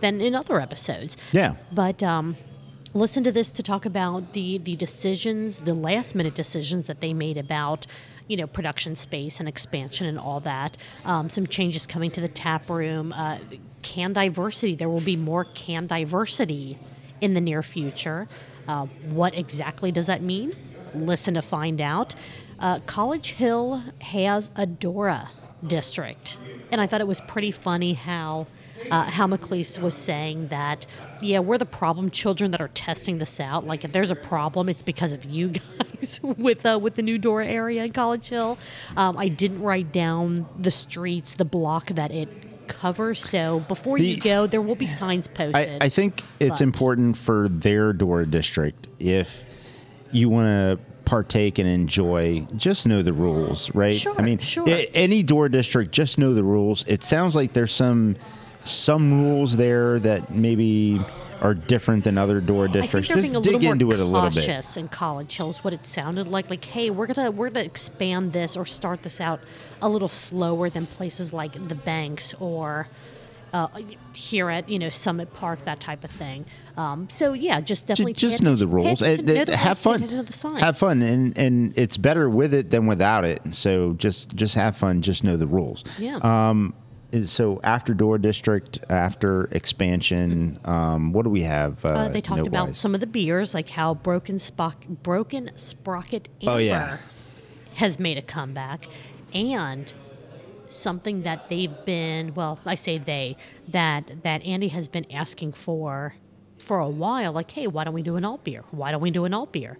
[SPEAKER 2] than in other episodes
[SPEAKER 1] yeah
[SPEAKER 2] but um, listen to this to talk about the the decisions, the last minute decisions that they made about you know production space and expansion and all that. Um, some changes coming to the tap room. Uh, can diversity. There will be more can diversity in the near future. Uh, what exactly does that mean? Listen to find out. Uh, College Hill has a Dora district, and I thought it was pretty funny how uh, how McLeese was saying that, yeah, we're the problem children that are testing this out. Like, if there's a problem, it's because of you guys with uh, with the new Dora area in College Hill. Um, I didn't write down the streets, the block that it covers. So before you
[SPEAKER 1] The-
[SPEAKER 2] go, there will be signs
[SPEAKER 1] I,
[SPEAKER 2] posted.
[SPEAKER 1] I think it's
[SPEAKER 2] but-
[SPEAKER 1] important for their Dora district if you want to partake and enjoy just know the rules right
[SPEAKER 2] Sure,
[SPEAKER 1] i mean
[SPEAKER 2] sure.
[SPEAKER 1] a- any Dora district just know the rules it sounds like there's some some rules there that maybe are different than other Dora
[SPEAKER 2] I think
[SPEAKER 1] districts
[SPEAKER 2] they're
[SPEAKER 1] just
[SPEAKER 2] being a
[SPEAKER 1] dig
[SPEAKER 2] little more
[SPEAKER 1] into it a little bit
[SPEAKER 2] cautious in College Hill is what it sounded like. Like, hey, we're gonna we're gonna expand this or start this out a little slower than places like the banks or uh, here at you know Summit Park, that type of thing. Um, so yeah, just definitely
[SPEAKER 1] Ju- just
[SPEAKER 2] pay
[SPEAKER 1] know the
[SPEAKER 2] attention- pay
[SPEAKER 1] rules
[SPEAKER 2] attention,
[SPEAKER 1] And- and
[SPEAKER 2] know the
[SPEAKER 1] have
[SPEAKER 2] rules, pay
[SPEAKER 1] fun
[SPEAKER 2] attention to the signs.
[SPEAKER 1] have fun and and it's better with it than without it so just just have fun just know the rules
[SPEAKER 2] Yeah.
[SPEAKER 1] um is- so after door district after expansion um what do we have uh,
[SPEAKER 2] Uh, they talked about
[SPEAKER 1] note-wise?
[SPEAKER 2] some of the beers, like how Broken Spock, Broken Sprocket Amber
[SPEAKER 1] Oh, yeah.
[SPEAKER 2] has made a comeback, and something that they've been well, I say they that that Andy has been asking for for a while. Like, hey, why don't we do an alt beer? Why don't we do an alt beer?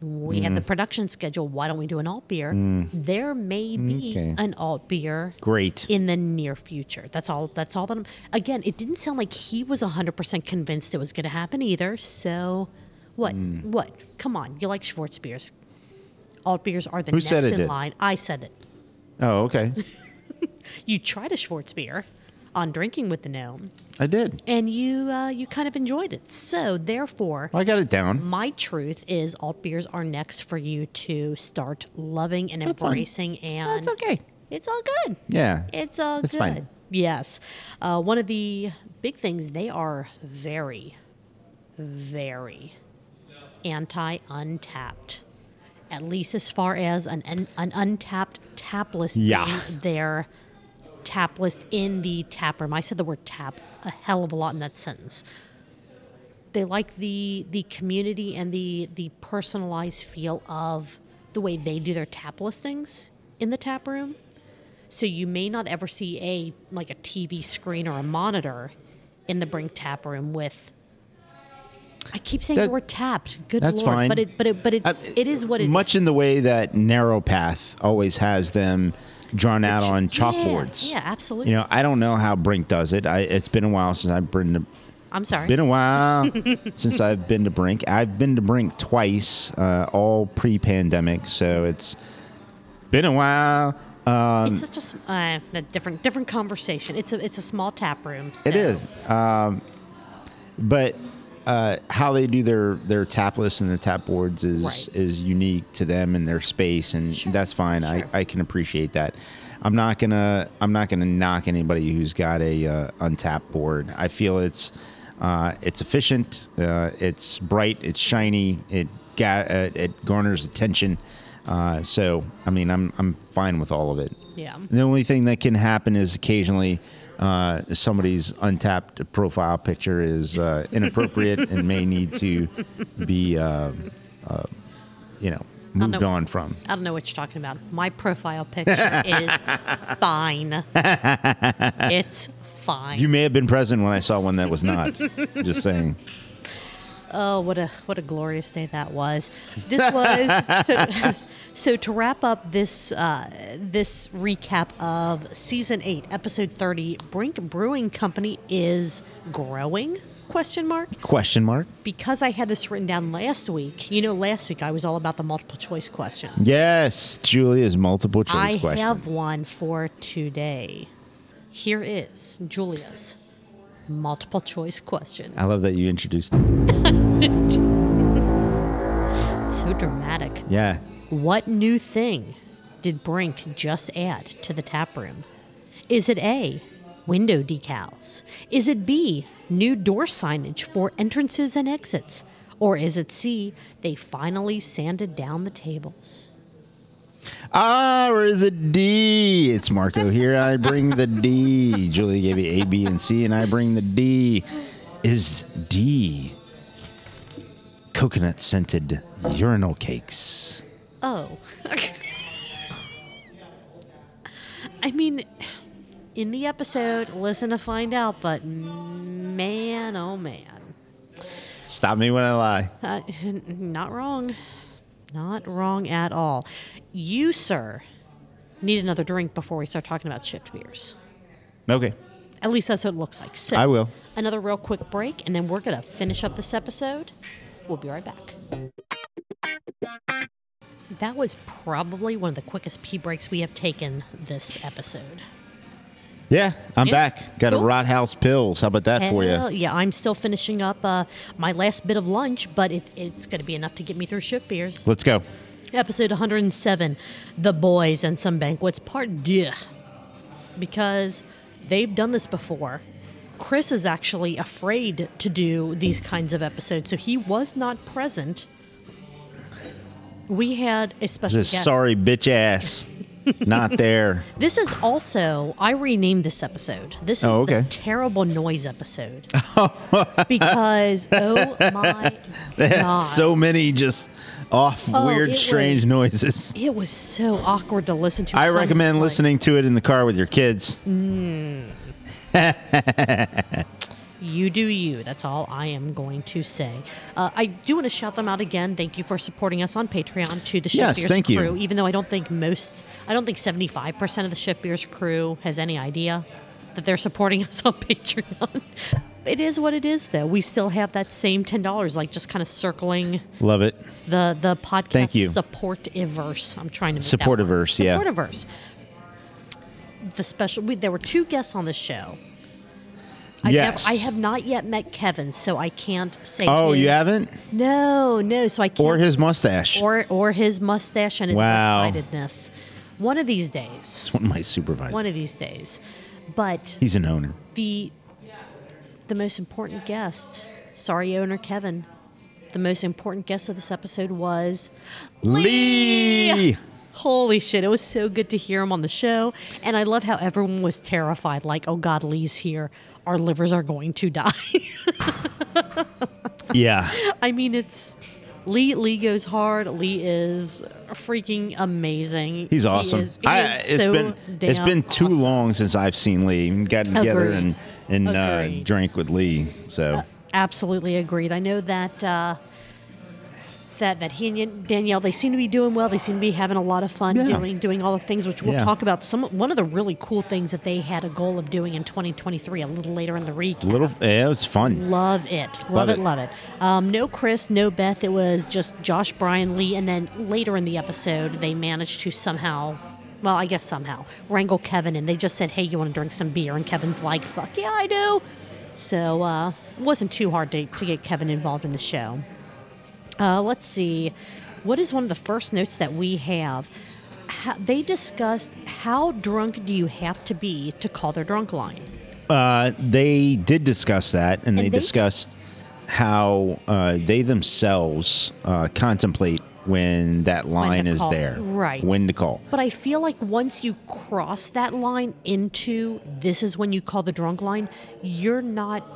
[SPEAKER 2] We
[SPEAKER 1] Mm-hmm.
[SPEAKER 2] have the production schedule. Why don't we do an alt beer? There may be
[SPEAKER 1] Mm. Okay.
[SPEAKER 2] an alt beer
[SPEAKER 1] great
[SPEAKER 2] in the near future. That's all. That's all that I'm. Again, it didn't sound like he was hundred percent convinced it was going to happen either. So, what?
[SPEAKER 1] Hmm.
[SPEAKER 2] What? Come on, you like Schwartz beers? Alt beers are the
[SPEAKER 1] Who
[SPEAKER 2] next
[SPEAKER 1] said it
[SPEAKER 2] in
[SPEAKER 1] did?
[SPEAKER 2] line. I said it.
[SPEAKER 1] oh okay
[SPEAKER 2] You tried a Schwartz beer on drinking with the gnome,
[SPEAKER 1] i did
[SPEAKER 2] and you uh, you kind of enjoyed it. So therefore,
[SPEAKER 1] i got it down
[SPEAKER 2] my truth is alt beers are next for you to start loving and
[SPEAKER 1] fine.
[SPEAKER 2] embracing, and
[SPEAKER 1] that's okay
[SPEAKER 2] it's all good.
[SPEAKER 1] yeah
[SPEAKER 2] It's all
[SPEAKER 1] It's
[SPEAKER 2] good.
[SPEAKER 1] fine.
[SPEAKER 2] Yes. Uh, one of the big things, they are very, very anti untapped, at least as far as an, an, an untapped tap list
[SPEAKER 1] Yeah.
[SPEAKER 2] being their tap list in the tap room. I said the word tap a hell of a lot in that sentence. They like the the community and the the personalized feel of the way they do their tap listings in the tap room. So you may not ever see a like a TV screen or a monitor in the Brink tap room with. I keep saying
[SPEAKER 1] That-
[SPEAKER 2] the word tapped. Good
[SPEAKER 1] that's
[SPEAKER 2] lord!
[SPEAKER 1] fine.
[SPEAKER 2] But it, but it, but it's,
[SPEAKER 1] Uh,
[SPEAKER 2] it is what it is.
[SPEAKER 1] Much in the way that narrow path always has them drawn out
[SPEAKER 2] ch-
[SPEAKER 1] on
[SPEAKER 2] yeah,
[SPEAKER 1] chalkboards.
[SPEAKER 2] yeah, absolutely.
[SPEAKER 1] You know, I don't know how Brink does it. I, it's been a while since I've been to,
[SPEAKER 2] I'm sorry.
[SPEAKER 1] been a while since I've been to Brink. I've been to Brink twice, uh, all pre-pandemic, so it's been a while. Um,
[SPEAKER 2] it's such a, sm- uh, a different different conversation. It's a it's a small tap room.
[SPEAKER 1] It
[SPEAKER 2] so-
[SPEAKER 1] is. Um, but uh, how they do their their tap lists and their tap boards is
[SPEAKER 2] Right.
[SPEAKER 1] is unique to them and their space, and that's fine.
[SPEAKER 2] sure.
[SPEAKER 1] I, I can appreciate that. I'm not gonna I'm not gonna knock anybody who's got a uh, untapped board. I feel it's uh, it's efficient, uh, it's bright, it's shiny, it ga- uh, it garners attention. Uh, so I mean I'm I'm fine with all of it.
[SPEAKER 2] Yeah.
[SPEAKER 1] The only thing that can happen is occasionally uh, somebody's untapped profile picture is uh, inappropriate and may need to be, uh, uh, you know, moved
[SPEAKER 2] know.
[SPEAKER 1] on from.
[SPEAKER 2] I don't know what you're talking about. My profile picture is fine. It's fine.
[SPEAKER 1] You may have been present when I saw one that was not. Just saying.
[SPEAKER 2] Oh, what a what a glorious day that was! This was so, so to wrap up this uh, this recap of season eight, episode thirty. Brink Brewing Company is growing? Question mark
[SPEAKER 1] Question mark?
[SPEAKER 2] Because I had this written down last week. You know, last week I was all about the multiple choice questions.
[SPEAKER 1] Yes, Julia's multiple choice
[SPEAKER 2] I
[SPEAKER 1] question.
[SPEAKER 2] have one for today. Here is Julia's multiple choice question.
[SPEAKER 1] I love that you introduced.
[SPEAKER 2] So dramatic.
[SPEAKER 1] Yeah,
[SPEAKER 2] What new thing did Brink just add to the tap room? Is it A, window decals? Is it B, new door signage for entrances and exits? Or is it C, they finally sanded down the tables?
[SPEAKER 1] Ah, or is it D? It's Marco here. I bring the D. Julie gave you A, B, and C, and I bring the D. Is D coconut scented urinal cakes?
[SPEAKER 2] Oh. I mean, in the episode, listen to find out, but man, oh man.
[SPEAKER 1] Stop me when I lie.
[SPEAKER 2] Uh, not wrong. Not wrong at all. You, sir, need another drink before we start talking about shipped beers.
[SPEAKER 1] Okay.
[SPEAKER 2] At least that's what it looks like. So,
[SPEAKER 1] I will.
[SPEAKER 2] Another real quick break, and then we're going to finish up this episode. We'll be right back. That was probably one of the quickest pee breaks we have taken this episode.
[SPEAKER 1] Yeah, I'm
[SPEAKER 2] Yeah.
[SPEAKER 1] back. Got a
[SPEAKER 2] Cool.
[SPEAKER 1] Rot House pills. How about that for
[SPEAKER 2] Hell
[SPEAKER 1] you?
[SPEAKER 2] yeah, I'm still finishing up uh, my last bit of lunch, but it, it's going to be enough to get me through shift beers.
[SPEAKER 1] Let's go.
[SPEAKER 2] Episode 107 The Boys and Some Banquets, Part 2. Because they've done this before. Chris is actually afraid to do these kinds of episodes, so he was not present. We had a special
[SPEAKER 1] This
[SPEAKER 2] guest.
[SPEAKER 1] sorry bitch ass. Not there.
[SPEAKER 2] This is also I renamed this episode. This is
[SPEAKER 1] Oh, okay.
[SPEAKER 2] the terrible noise episode because oh my
[SPEAKER 1] They had
[SPEAKER 2] god,
[SPEAKER 1] so many just off,
[SPEAKER 2] Oh,
[SPEAKER 1] weird,
[SPEAKER 2] it
[SPEAKER 1] strange
[SPEAKER 2] was-
[SPEAKER 1] noises.
[SPEAKER 2] it was so awkward to listen to.
[SPEAKER 1] I
[SPEAKER 2] So I'm
[SPEAKER 1] recommend
[SPEAKER 2] just like-
[SPEAKER 1] listening to it in the car with your kids.
[SPEAKER 2] You do you. That's all I am going to say. Uh, I do want to shout them out again. Thank you for supporting us on Patreon to the Ship
[SPEAKER 1] Yes,
[SPEAKER 2] Beers
[SPEAKER 1] thank you.
[SPEAKER 2] crew. Even though I don't think most, I don't think seventy five percent of the Ship Beers crew has any idea that they're supporting us on Patreon. It is what it is, though. We still have that same ten dollars, like just kind of circling
[SPEAKER 1] Love it.
[SPEAKER 2] the the podcast
[SPEAKER 1] Thank you.
[SPEAKER 2] supportiverse. I'm trying to make that word.
[SPEAKER 1] Supportiverse, yeah.
[SPEAKER 2] Supportiverse. The special. We, there were two guests on the show. I
[SPEAKER 1] Yes.
[SPEAKER 2] Never, I have not yet met Kevin, so I can't say.
[SPEAKER 1] Oh, you
[SPEAKER 2] his-
[SPEAKER 1] haven't?
[SPEAKER 2] No, no. So I can't.
[SPEAKER 1] Or his mustache.
[SPEAKER 2] or or his mustache and his
[SPEAKER 1] Wow.
[SPEAKER 2] sightedness. One of these days.
[SPEAKER 1] one of my supervisors.
[SPEAKER 2] One of these days. But
[SPEAKER 1] He's an owner.
[SPEAKER 2] the the most important guest. Sorry, owner Kevin. The most important guest of this episode was
[SPEAKER 1] Lee!
[SPEAKER 2] Holy shit, it was so good to hear him on the show. And I love how everyone was terrified like, oh God, Lee's here. Our livers are going to die.
[SPEAKER 1] Yeah.
[SPEAKER 2] I mean, it's Lee Lee goes hard. Lee is freaking amazing.
[SPEAKER 1] He's
[SPEAKER 2] He
[SPEAKER 1] awesome.
[SPEAKER 2] is- he
[SPEAKER 1] I,
[SPEAKER 2] is
[SPEAKER 1] it's
[SPEAKER 2] so
[SPEAKER 1] been it's
[SPEAKER 2] damn
[SPEAKER 1] been too
[SPEAKER 2] awesome.
[SPEAKER 1] long since I've seen Lee. We've Gotten together
[SPEAKER 2] Agreed.
[SPEAKER 1] and and uh,
[SPEAKER 2] Agreed.
[SPEAKER 1] drank with Lee. So
[SPEAKER 2] Uh, Absolutely agreed. I know that uh, that that he and Danielle they seem to be doing well. They seem to be having a lot of fun
[SPEAKER 1] Yeah.
[SPEAKER 2] doing doing all the things which we'll
[SPEAKER 1] Yeah.
[SPEAKER 2] talk about. Some one of the really cool things that they had a goal of doing in 2023 a little later in the recap.
[SPEAKER 1] little, yeah, it was fun.
[SPEAKER 2] Love it. Love,
[SPEAKER 1] Love
[SPEAKER 2] it,
[SPEAKER 1] it.
[SPEAKER 2] Love it. Um, no Chris, no Beth. It was just Josh, Brian, Lee. And then later in the episode, they managed to somehow, well, I guess somehow, wrangle Kevin. And they just said, hey, you want to drink some beer? And Kevin's like, fuck yeah, I do. So uh, it wasn't too hard to, to get Kevin involved in the show. Uh, let's see. What is one of the first notes that we have? How, they discussed how drunk do you have to be to call their drunk line?
[SPEAKER 1] Uh, they did discuss that, and, they,
[SPEAKER 2] they-
[SPEAKER 1] discussed how uh, they themselves uh, contemplate when that line is
[SPEAKER 2] call.
[SPEAKER 1] there,
[SPEAKER 2] Right.
[SPEAKER 1] When to call.
[SPEAKER 2] But I feel like once you cross that line into this is when you call the drunk line, you're not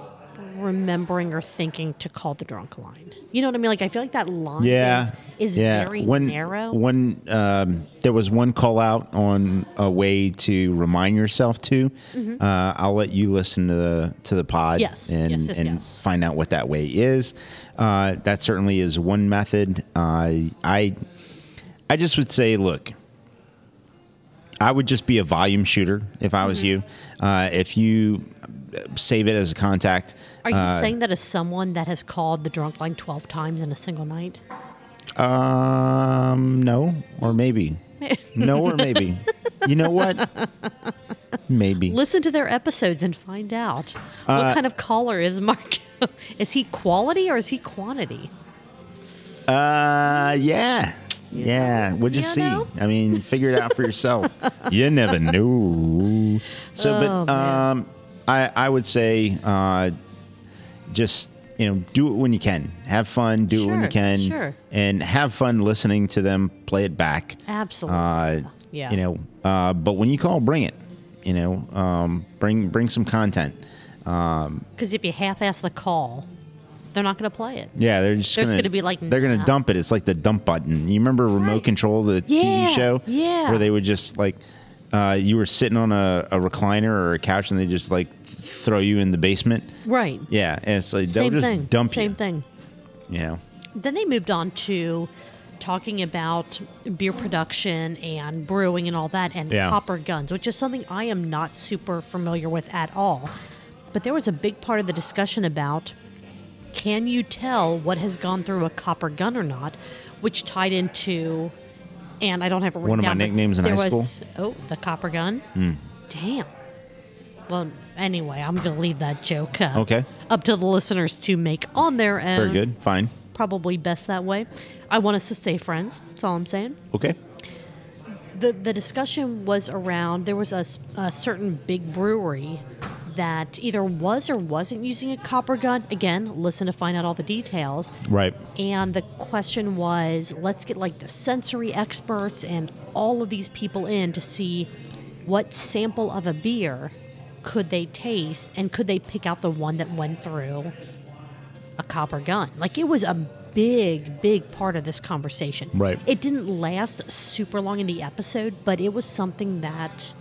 [SPEAKER 2] remembering or thinking to call the drunk line. You know what I mean? Like I feel like that line
[SPEAKER 1] Yeah,
[SPEAKER 2] is, is
[SPEAKER 1] yeah.
[SPEAKER 2] very
[SPEAKER 1] when,
[SPEAKER 2] narrow.
[SPEAKER 1] When um, there was one call out on a way to remind yourself to, uh, I'll let you listen to the to the pod
[SPEAKER 2] Mm-hmm. Yes,
[SPEAKER 1] and
[SPEAKER 2] yes, yes,
[SPEAKER 1] and
[SPEAKER 2] yes.
[SPEAKER 1] find out what that way is. Uh, that certainly is one method. Uh, I I just would say, look, I would just be a volume shooter if I was
[SPEAKER 2] Mm-hmm.
[SPEAKER 1] you. Uh, if you save it as a contact, uh,
[SPEAKER 2] Are you saying that as someone that has called the drunk line 12 times in a single night?
[SPEAKER 1] Um, no, or maybe. No, or maybe. You know what? Maybe.
[SPEAKER 2] Listen to their episodes and find out.
[SPEAKER 1] Uh,
[SPEAKER 2] what kind of caller is Marco? is he quality or is he quantity?
[SPEAKER 1] Uh, yeah. Yeah. What'd you
[SPEAKER 2] You
[SPEAKER 1] see?
[SPEAKER 2] know?
[SPEAKER 1] I mean, figure it out for yourself. you never knew. So,
[SPEAKER 2] Oh,
[SPEAKER 1] but,
[SPEAKER 2] man.
[SPEAKER 1] um, I, I would say, uh, just, you know, do it when you can. Have fun. Do it when you
[SPEAKER 2] Sure,
[SPEAKER 1] can.
[SPEAKER 2] sure.
[SPEAKER 1] And have fun listening to them play it back.
[SPEAKER 2] Absolutely.
[SPEAKER 1] Uh,
[SPEAKER 2] Yeah.
[SPEAKER 1] You know, uh, but when you call, bring it. You know, um, bring bring some content.
[SPEAKER 2] Because if you half-ass the call, they're not going to play it.
[SPEAKER 1] Yeah, they're just
[SPEAKER 2] There's
[SPEAKER 1] gonna,
[SPEAKER 2] gonna be, like,
[SPEAKER 1] they're gonna
[SPEAKER 2] nah.
[SPEAKER 1] dump it. It's like the dump button. You remember remote
[SPEAKER 2] Right.
[SPEAKER 1] control the TV
[SPEAKER 2] Yeah,
[SPEAKER 1] show?
[SPEAKER 2] yeah.
[SPEAKER 1] Where they would just like uh, you were sitting on a, a recliner or a couch and they just like th- throw you in the basement.
[SPEAKER 2] Right.
[SPEAKER 1] Yeah, and it's like they'll
[SPEAKER 2] Same
[SPEAKER 1] just
[SPEAKER 2] thing.
[SPEAKER 1] dump
[SPEAKER 2] Same
[SPEAKER 1] you.
[SPEAKER 2] thing.
[SPEAKER 1] You know.
[SPEAKER 2] Then they moved on to talking about beer production and brewing and all that and
[SPEAKER 1] Yeah.
[SPEAKER 2] copper guns, which is something I am not super familiar with at all. But there was a big part of the discussion about can you tell what has gone through a copper gun or not, which tied into, and I don't have it written
[SPEAKER 1] One of my
[SPEAKER 2] down, but
[SPEAKER 1] nicknames in
[SPEAKER 2] there
[SPEAKER 1] high Hmm.
[SPEAKER 2] was, Oh, the copper gun? Damn. Well, anyway, I'm going to leave that joke uh,
[SPEAKER 1] Okay.
[SPEAKER 2] up to the listeners to make on their own
[SPEAKER 1] Very good. Fine.
[SPEAKER 2] probably best that way. I want us to stay friends. That's all I'm saying.
[SPEAKER 1] Okay.
[SPEAKER 2] The, the discussion was around there was a, s- a certain big brewery that either was or wasn't using a copper gun. Again, listen to find out all the details.
[SPEAKER 1] Right.
[SPEAKER 2] And the question was let's get like the sensory experts and all of these people in to see what sample of a beer could they taste and could they pick out the one that went through a copper gun. Like it was a big, big part of this conversation.
[SPEAKER 1] Right.
[SPEAKER 2] It didn't last super long in the episode, but it was something that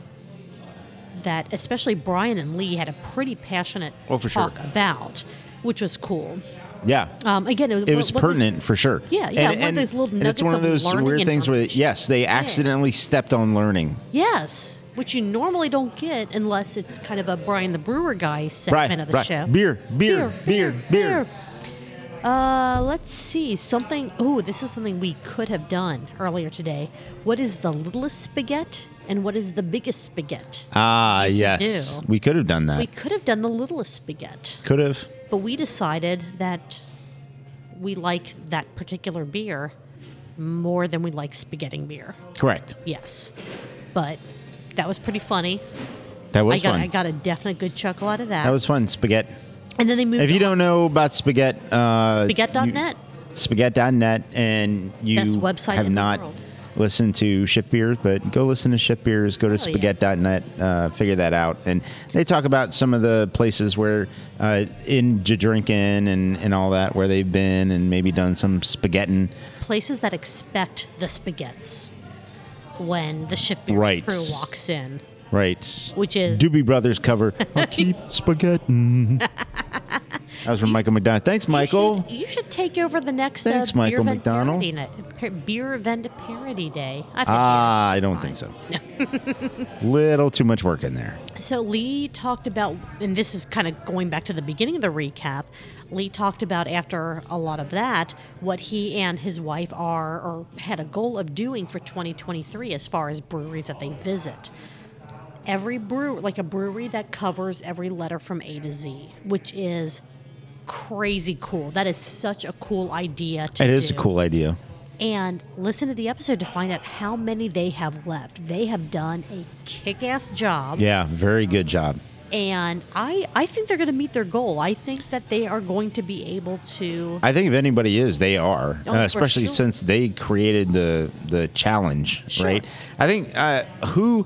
[SPEAKER 2] that especially Brian and Lee had a pretty passionate
[SPEAKER 1] Oh, for sure.
[SPEAKER 2] talk about, which was cool.
[SPEAKER 1] Yeah.
[SPEAKER 2] Um, again, it was,
[SPEAKER 1] it was
[SPEAKER 2] what- what
[SPEAKER 1] pertinent for sure.
[SPEAKER 2] Yeah, yeah, one of those little
[SPEAKER 1] and it's
[SPEAKER 2] nuggets
[SPEAKER 1] one of
[SPEAKER 2] of
[SPEAKER 1] those
[SPEAKER 2] learning
[SPEAKER 1] weird things where
[SPEAKER 2] information.
[SPEAKER 1] yes, they accidentally stepped on learning.
[SPEAKER 2] Yes, which you normally don't get unless it's kind of a Brian the Brewer guy segment of the show.
[SPEAKER 1] Beer, beer, beer, beer.
[SPEAKER 2] Uh, let's see something. Oh, this is something we could have done earlier today. What is the littlest spaghetti and what is the biggest spaghetti?
[SPEAKER 1] Ah, yes.
[SPEAKER 2] do.
[SPEAKER 1] We could have done
[SPEAKER 2] We
[SPEAKER 1] that.
[SPEAKER 2] could have done the littlest spaghetti,
[SPEAKER 1] Could have.
[SPEAKER 2] but we decided that we like that particular beer more than we like spaghetti beer.
[SPEAKER 1] Correct.
[SPEAKER 2] Yes, but that was pretty funny.
[SPEAKER 1] That was
[SPEAKER 2] I got
[SPEAKER 1] fun.
[SPEAKER 2] I got a definite good chuckle out of that.
[SPEAKER 1] that was fun. Spaghetti.
[SPEAKER 2] and then they moved.
[SPEAKER 1] If you
[SPEAKER 2] on.
[SPEAKER 1] don't know about spaghetti, uh,
[SPEAKER 2] Spaghetti.net.
[SPEAKER 1] spaghetti.net, and you
[SPEAKER 2] Best website
[SPEAKER 1] have
[SPEAKER 2] in the
[SPEAKER 1] not
[SPEAKER 2] world.
[SPEAKER 1] listen to Shift Beers, but go listen to Shift Beers. Go to
[SPEAKER 2] Oh, yeah.
[SPEAKER 1] spaghetti.net, uh, figure that out. And they talk about some of the places where uh, in Jadrinkin and, and all that, where they've been and maybe done some spaghettin.
[SPEAKER 2] Places that expect the spaghettis when the ship beer's
[SPEAKER 1] Right.
[SPEAKER 2] crew walks in,
[SPEAKER 1] Right.
[SPEAKER 2] which is
[SPEAKER 1] Doobie Brothers cover. I'll keep spaghettin. That was from Michael McDonald. Thanks, Michael.
[SPEAKER 2] You should, you should take over the next uh,
[SPEAKER 1] Thanks,
[SPEAKER 2] beer
[SPEAKER 1] Michael
[SPEAKER 2] event
[SPEAKER 1] McDonald.
[SPEAKER 2] parody night- pa- beer event parody day. I think
[SPEAKER 1] Ah,
[SPEAKER 2] yes,
[SPEAKER 1] I
[SPEAKER 2] it's
[SPEAKER 1] don't
[SPEAKER 2] fine.
[SPEAKER 1] think so. Little too much work in there.
[SPEAKER 2] So Lee talked about, and this is kind of going back to the beginning of the recap. Lee talked about after a lot of that, what he and his wife are or had a goal of doing for 2023 as far as breweries that they visit. Every brew, like a brewery that covers every letter from A to Z, which is crazy cool. That is such a cool idea. To
[SPEAKER 1] It is a
[SPEAKER 2] do
[SPEAKER 1] cool idea.
[SPEAKER 2] and listen to the episode to find out how many they have left. They have done a kick-ass job,
[SPEAKER 1] Yeah, very good job.
[SPEAKER 2] and I I think they're going to meet their goal. I think that they are going to be able to.
[SPEAKER 1] I think if anybody is, they are,
[SPEAKER 2] Oh,
[SPEAKER 1] Uh,
[SPEAKER 2] for
[SPEAKER 1] especially
[SPEAKER 2] sure.
[SPEAKER 1] since they created the the challenge,
[SPEAKER 2] Sure.
[SPEAKER 1] right? I think uh, who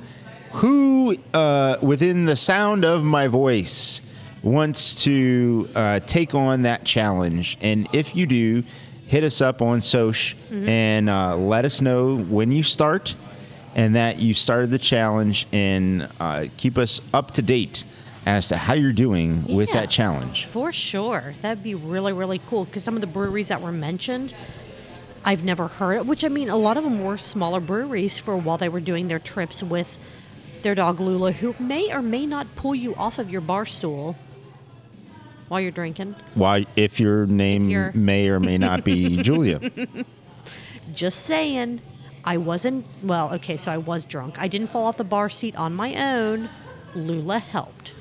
[SPEAKER 1] who uh, within the sound of my voice wants to uh, take on that challenge, and if you do, hit us up on Soch
[SPEAKER 2] Mm-hmm.
[SPEAKER 1] and uh, let us know when you start and that you started the challenge, and uh, keep us up to date as to how you're doing with
[SPEAKER 2] Yeah.
[SPEAKER 1] that challenge.
[SPEAKER 2] For sure, that'd be really really cool because some of the breweries that were mentioned. I've never heard, which I mean, a lot of them were smaller breweries for while they were doing their trips with their dog Lula, who may or may not pull you off of your bar stool while you're drinking.
[SPEAKER 1] Why, if your name
[SPEAKER 2] you're-
[SPEAKER 1] may or may not be Julia,
[SPEAKER 2] Just saying. I wasn't, well, okay, so I was drunk. I didn't fall off the bar seat on my own. Lula helped.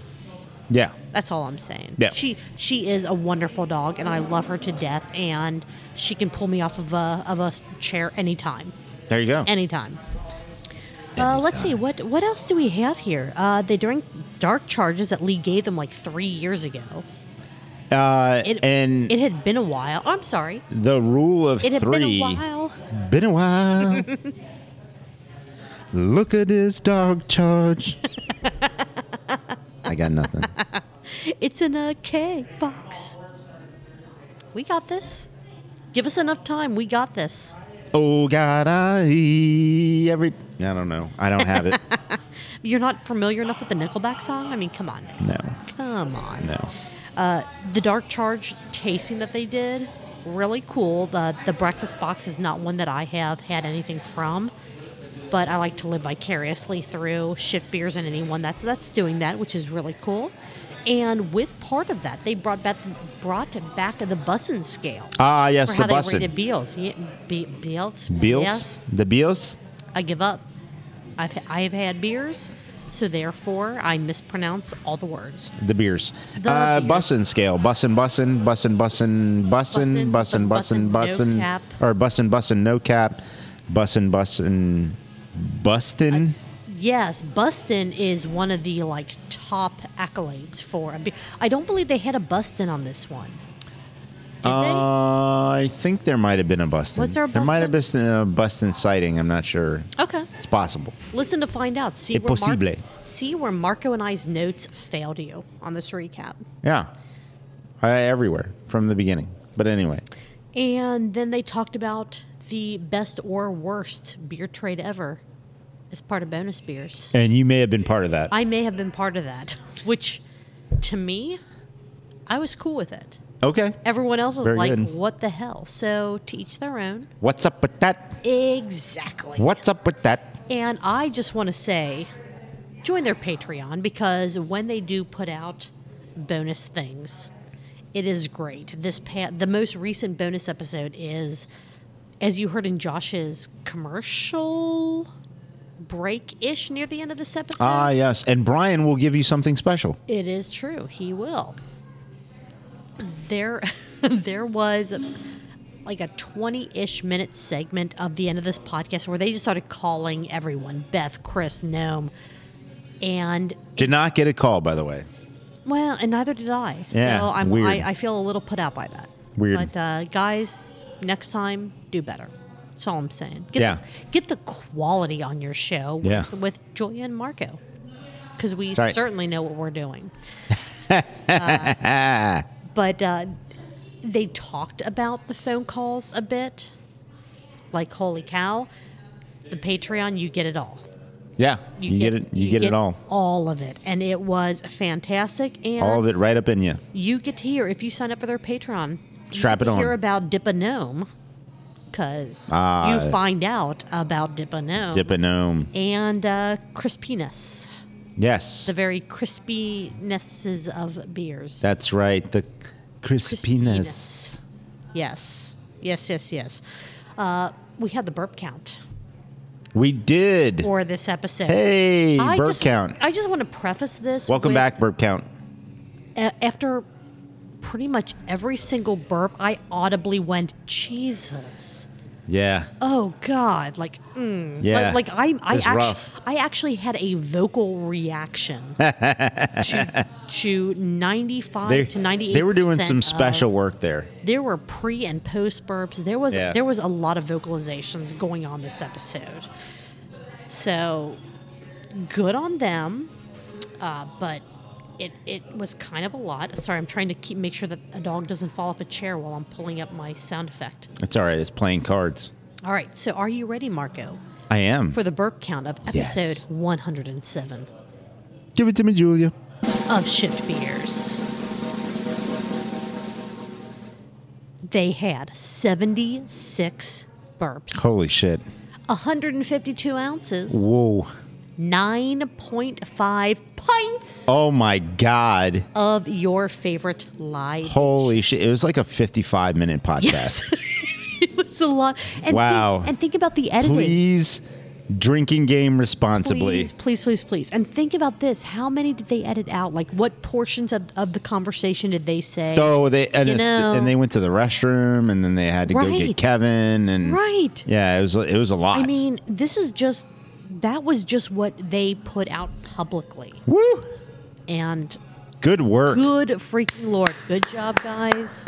[SPEAKER 1] yeah,
[SPEAKER 2] That's all I'm saying.
[SPEAKER 1] Yeah.
[SPEAKER 2] She she is a wonderful dog and I love her to death and she can pull me off of a of a chair anytime.
[SPEAKER 1] there you go.
[SPEAKER 2] Anytime. Uh, let's see what what else do we have here? Uh, they drank dark charges that Lee gave them like three years ago.
[SPEAKER 1] uh,
[SPEAKER 2] It
[SPEAKER 1] and
[SPEAKER 2] it had been a while. I'm sorry,
[SPEAKER 1] the rule of
[SPEAKER 2] it had
[SPEAKER 1] three.
[SPEAKER 2] been a while.
[SPEAKER 1] Been a while. Look at this dog charge. I got nothing.
[SPEAKER 2] It's in a keg box. We got this. Give us enough time. We got this.
[SPEAKER 1] Oh God, I every. I don't know. I don't have it.
[SPEAKER 2] You're not familiar enough with the Nickelback song? I mean, come on. now.
[SPEAKER 1] No,
[SPEAKER 2] Come on.
[SPEAKER 1] no.
[SPEAKER 2] Uh, the Dark Charge tasting that they did, really cool. The, the breakfast box is not one that I have had anything from, but I like to live vicariously through shift beers and anyone that's that's doing that, which is really cool. And with part of that, they brought back brought back the bussin scale.
[SPEAKER 1] Ah, yes,
[SPEAKER 2] for
[SPEAKER 1] the
[SPEAKER 2] how they rated
[SPEAKER 1] busted
[SPEAKER 2] Beals. Yeah, be- Beals.
[SPEAKER 1] Beals,
[SPEAKER 2] Yes,
[SPEAKER 1] the Beals.
[SPEAKER 2] I give up. I've I've had beers, so therefore I mispronounce all the words.
[SPEAKER 1] The beers.
[SPEAKER 2] The
[SPEAKER 1] uh,
[SPEAKER 2] beers.
[SPEAKER 1] Bussin' scale. Bussin', bussin', bussin', bussin', bussin',
[SPEAKER 2] Bussin',
[SPEAKER 1] bussin', bussin', bussin'.
[SPEAKER 2] bussin', no cap.
[SPEAKER 1] Or bussin', bussin', no cap. Bussin', bussin', bustin'.
[SPEAKER 2] Yes, Bustin is one of the like top accolades for. A be- I don't believe they had a Bustin on this one. Did
[SPEAKER 1] Uh, I think there might have been a bustin'.
[SPEAKER 2] Was there a
[SPEAKER 1] There might have been a bustin' sighting. I'm not sure.
[SPEAKER 2] they? Okay.
[SPEAKER 1] It's possible.
[SPEAKER 2] Listen to find out. See where,
[SPEAKER 1] Impossible.
[SPEAKER 2] Mar- see where Marco and I's notes failed you on this recap.
[SPEAKER 1] Yeah. Uh, everywhere from the beginning. But anyway.
[SPEAKER 2] And then they talked about the best or worst beer trade ever as part of bonus beers.
[SPEAKER 1] And you may have been part of that.
[SPEAKER 2] I may have been part of that, which to me, I was cool with it.
[SPEAKER 1] Okay.
[SPEAKER 2] Everyone else is
[SPEAKER 1] Very
[SPEAKER 2] like,
[SPEAKER 1] good.
[SPEAKER 2] what the hell? So to each their own.
[SPEAKER 1] What's up with that?
[SPEAKER 2] Exactly.
[SPEAKER 1] What's up with that?
[SPEAKER 2] And I just want to say, join their Patreon because when they do put out bonus things, it is great. This pa- the most recent bonus episode is, as you heard in Josh's commercial break ish near the end of this episode.
[SPEAKER 1] Ah, yes. And Brian will give you something special.
[SPEAKER 2] It is true. He will. There, there was like a twenty-ish minute segment of the end of this podcast where they just started calling everyone: Beth, Chris, Gnome, and
[SPEAKER 1] Did not get a call, by the way.
[SPEAKER 2] well, and neither did I. So
[SPEAKER 1] Yeah,
[SPEAKER 2] I'm,
[SPEAKER 1] weird.
[SPEAKER 2] I, I feel a little put out by that.
[SPEAKER 1] Weird.
[SPEAKER 2] But uh, guys, next time do better. That's all I'm saying. Get
[SPEAKER 1] Yeah.
[SPEAKER 2] The, get the quality on your show with,
[SPEAKER 1] Yeah.
[SPEAKER 2] with Julia and Marco because we
[SPEAKER 1] right.
[SPEAKER 2] certainly know what we're doing. Uh, but uh, they talked about the phone calls a bit. Like, holy cow, the Patreon, you get it all.
[SPEAKER 1] Yeah, you, get, it. You, get, it all.
[SPEAKER 2] All of it. And it was fantastic. And
[SPEAKER 1] All of it right up in you.
[SPEAKER 2] you get to hear if you sign up for their Patreon. you
[SPEAKER 1] Strap
[SPEAKER 2] get
[SPEAKER 1] it
[SPEAKER 2] to Hear
[SPEAKER 1] on.
[SPEAKER 2] about Dipanome because
[SPEAKER 1] Ah.
[SPEAKER 2] you find out about Dipanome
[SPEAKER 1] Dip a gnome.
[SPEAKER 2] and uh, crispiness,
[SPEAKER 1] Yes,
[SPEAKER 2] the very crispinesses of beers.
[SPEAKER 1] that's right. The crispiness.
[SPEAKER 2] Crispiness. Yes, yes, yes, yes. Uh, we had the burp count
[SPEAKER 1] We did.
[SPEAKER 2] for this episode.
[SPEAKER 1] Hey,
[SPEAKER 2] I
[SPEAKER 1] burp
[SPEAKER 2] just,
[SPEAKER 1] count.
[SPEAKER 2] I just want to preface this.
[SPEAKER 1] Welcome
[SPEAKER 2] with-
[SPEAKER 1] back, burp count.
[SPEAKER 2] a- after pretty much every single burp, I audibly went, Jesus.
[SPEAKER 1] Yeah.
[SPEAKER 2] Oh God! Like, mm.
[SPEAKER 1] Yeah.
[SPEAKER 2] like, like I, I
[SPEAKER 1] It's
[SPEAKER 2] actually,
[SPEAKER 1] rough.
[SPEAKER 2] I actually had a vocal reaction to, to ninety-five
[SPEAKER 1] They,
[SPEAKER 2] to ninety-eight.
[SPEAKER 1] they were doing some special work there.
[SPEAKER 2] there were pre and post burps. There was
[SPEAKER 1] Yeah.
[SPEAKER 2] there was a lot of vocalizations going on this episode. So good on them, uh, but it it was kind of a lot. Sorry, I'm trying to keep make sure that a dog doesn't fall off a chair while I'm pulling up my sound effect.
[SPEAKER 1] It's all right. It's playing cards.
[SPEAKER 2] All right, so are you ready, Marco,
[SPEAKER 1] I am.
[SPEAKER 2] for the burp count of
[SPEAKER 1] Yes.
[SPEAKER 2] episode 107
[SPEAKER 1] Give it to me, Julia.
[SPEAKER 2] of Shift Beers? They had 76 burps.
[SPEAKER 1] Holy shit.
[SPEAKER 2] 152 ounces,
[SPEAKER 1] Whoa.
[SPEAKER 2] 9.5 pints
[SPEAKER 1] Oh my God.
[SPEAKER 2] of your favorite live.
[SPEAKER 1] Holy shit. It was like a 55 minute podcast.
[SPEAKER 2] Yes. it was a lot. And
[SPEAKER 1] Wow.
[SPEAKER 2] Think, and think about the editing.
[SPEAKER 1] Please, drinking game responsibly.
[SPEAKER 2] please, please, please, please. And think about this. How many did they edit out? Like, what portions of, of the conversation did they say?
[SPEAKER 1] Oh, they and,
[SPEAKER 2] You
[SPEAKER 1] it's-
[SPEAKER 2] know.
[SPEAKER 1] and they went to the restroom, and then they had to go
[SPEAKER 2] Right.
[SPEAKER 1] get Kevin, and
[SPEAKER 2] Right.
[SPEAKER 1] yeah, it was it was a lot.
[SPEAKER 2] I mean, this is just, that was just what they put out publicly.
[SPEAKER 1] Woo!
[SPEAKER 2] And
[SPEAKER 1] Good work.
[SPEAKER 2] good freaking Lord. Good job, guys.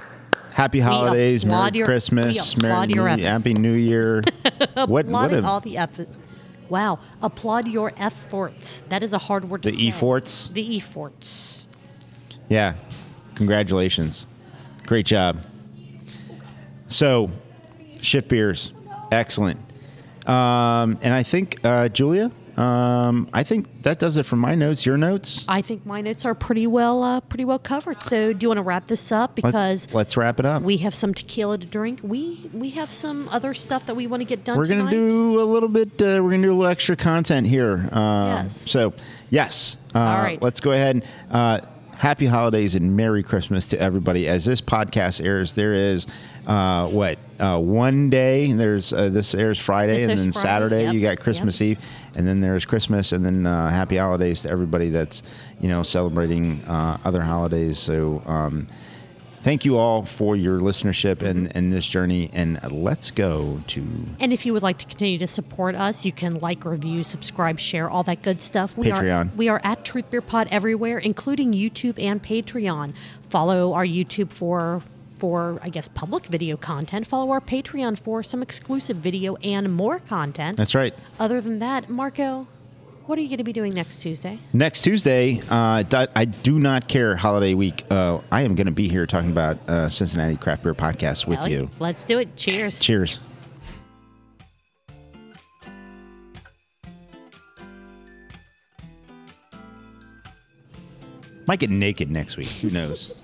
[SPEAKER 1] Happy holidays,
[SPEAKER 2] applaud
[SPEAKER 1] Merry
[SPEAKER 2] your-
[SPEAKER 1] Christmas,
[SPEAKER 2] we
[SPEAKER 1] Merry
[SPEAKER 2] applaud your
[SPEAKER 1] New,
[SPEAKER 2] efforts.
[SPEAKER 1] Happy New Year. what what
[SPEAKER 2] applauding
[SPEAKER 1] a-
[SPEAKER 2] all the efforts. Wow, applaud your efforts. That is a hard word to
[SPEAKER 1] The
[SPEAKER 2] say.
[SPEAKER 1] efforts?
[SPEAKER 2] The efforts.
[SPEAKER 1] Yeah. Congratulations. Great job. So, shift beers. Excellent. Um, and I think, uh, Julia, um, I think that does it for my notes, your notes.
[SPEAKER 2] I think my notes are pretty well, uh, pretty well covered. So, do you want to wrap this up because
[SPEAKER 1] Let's, let's wrap it up.
[SPEAKER 2] we have some tequila to drink. We we have some other stuff that we want to get done.
[SPEAKER 1] We're gonna
[SPEAKER 2] tonight.
[SPEAKER 1] do a little bit. Uh, we're gonna do a little extra content here. Uh,
[SPEAKER 2] Yes.
[SPEAKER 1] So yes. Uh,
[SPEAKER 2] All right.
[SPEAKER 1] Let's go ahead. And, uh, happy holidays and Merry Christmas to everybody. As this podcast airs, there is uh, what uh, one day. There's uh, this airs Friday
[SPEAKER 2] This
[SPEAKER 1] and
[SPEAKER 2] airs
[SPEAKER 1] then
[SPEAKER 2] Friday,
[SPEAKER 1] Saturday.
[SPEAKER 2] yep,
[SPEAKER 1] You got Christmas Eve, and then there's Christmas, and then uh, happy holidays to everybody that's you know celebrating uh, other holidays. So. Um, Thank you all for your listenership and, and this journey. And let's go to
[SPEAKER 2] And if you would like to continue to support us, you can like, review, subscribe, share, all that good stuff. We Are,
[SPEAKER 1] Patreon.
[SPEAKER 2] we are at Truth Beer Pod everywhere, including YouTube and Patreon. Follow our YouTube for for I guess public video content. Follow our Patreon for some exclusive video and more content.
[SPEAKER 1] That's right.
[SPEAKER 2] Other than that, Marco, what are you going to be doing next Tuesday?
[SPEAKER 1] Next Tuesday, uh, do- I do not care holiday week. Uh, I am going to be here talking about uh, Cincinnati Craft Beer Podcast with
[SPEAKER 2] Ellie?
[SPEAKER 1] you.
[SPEAKER 2] Let's do it. Cheers.
[SPEAKER 1] Cheers. Might get naked next week. Who knows?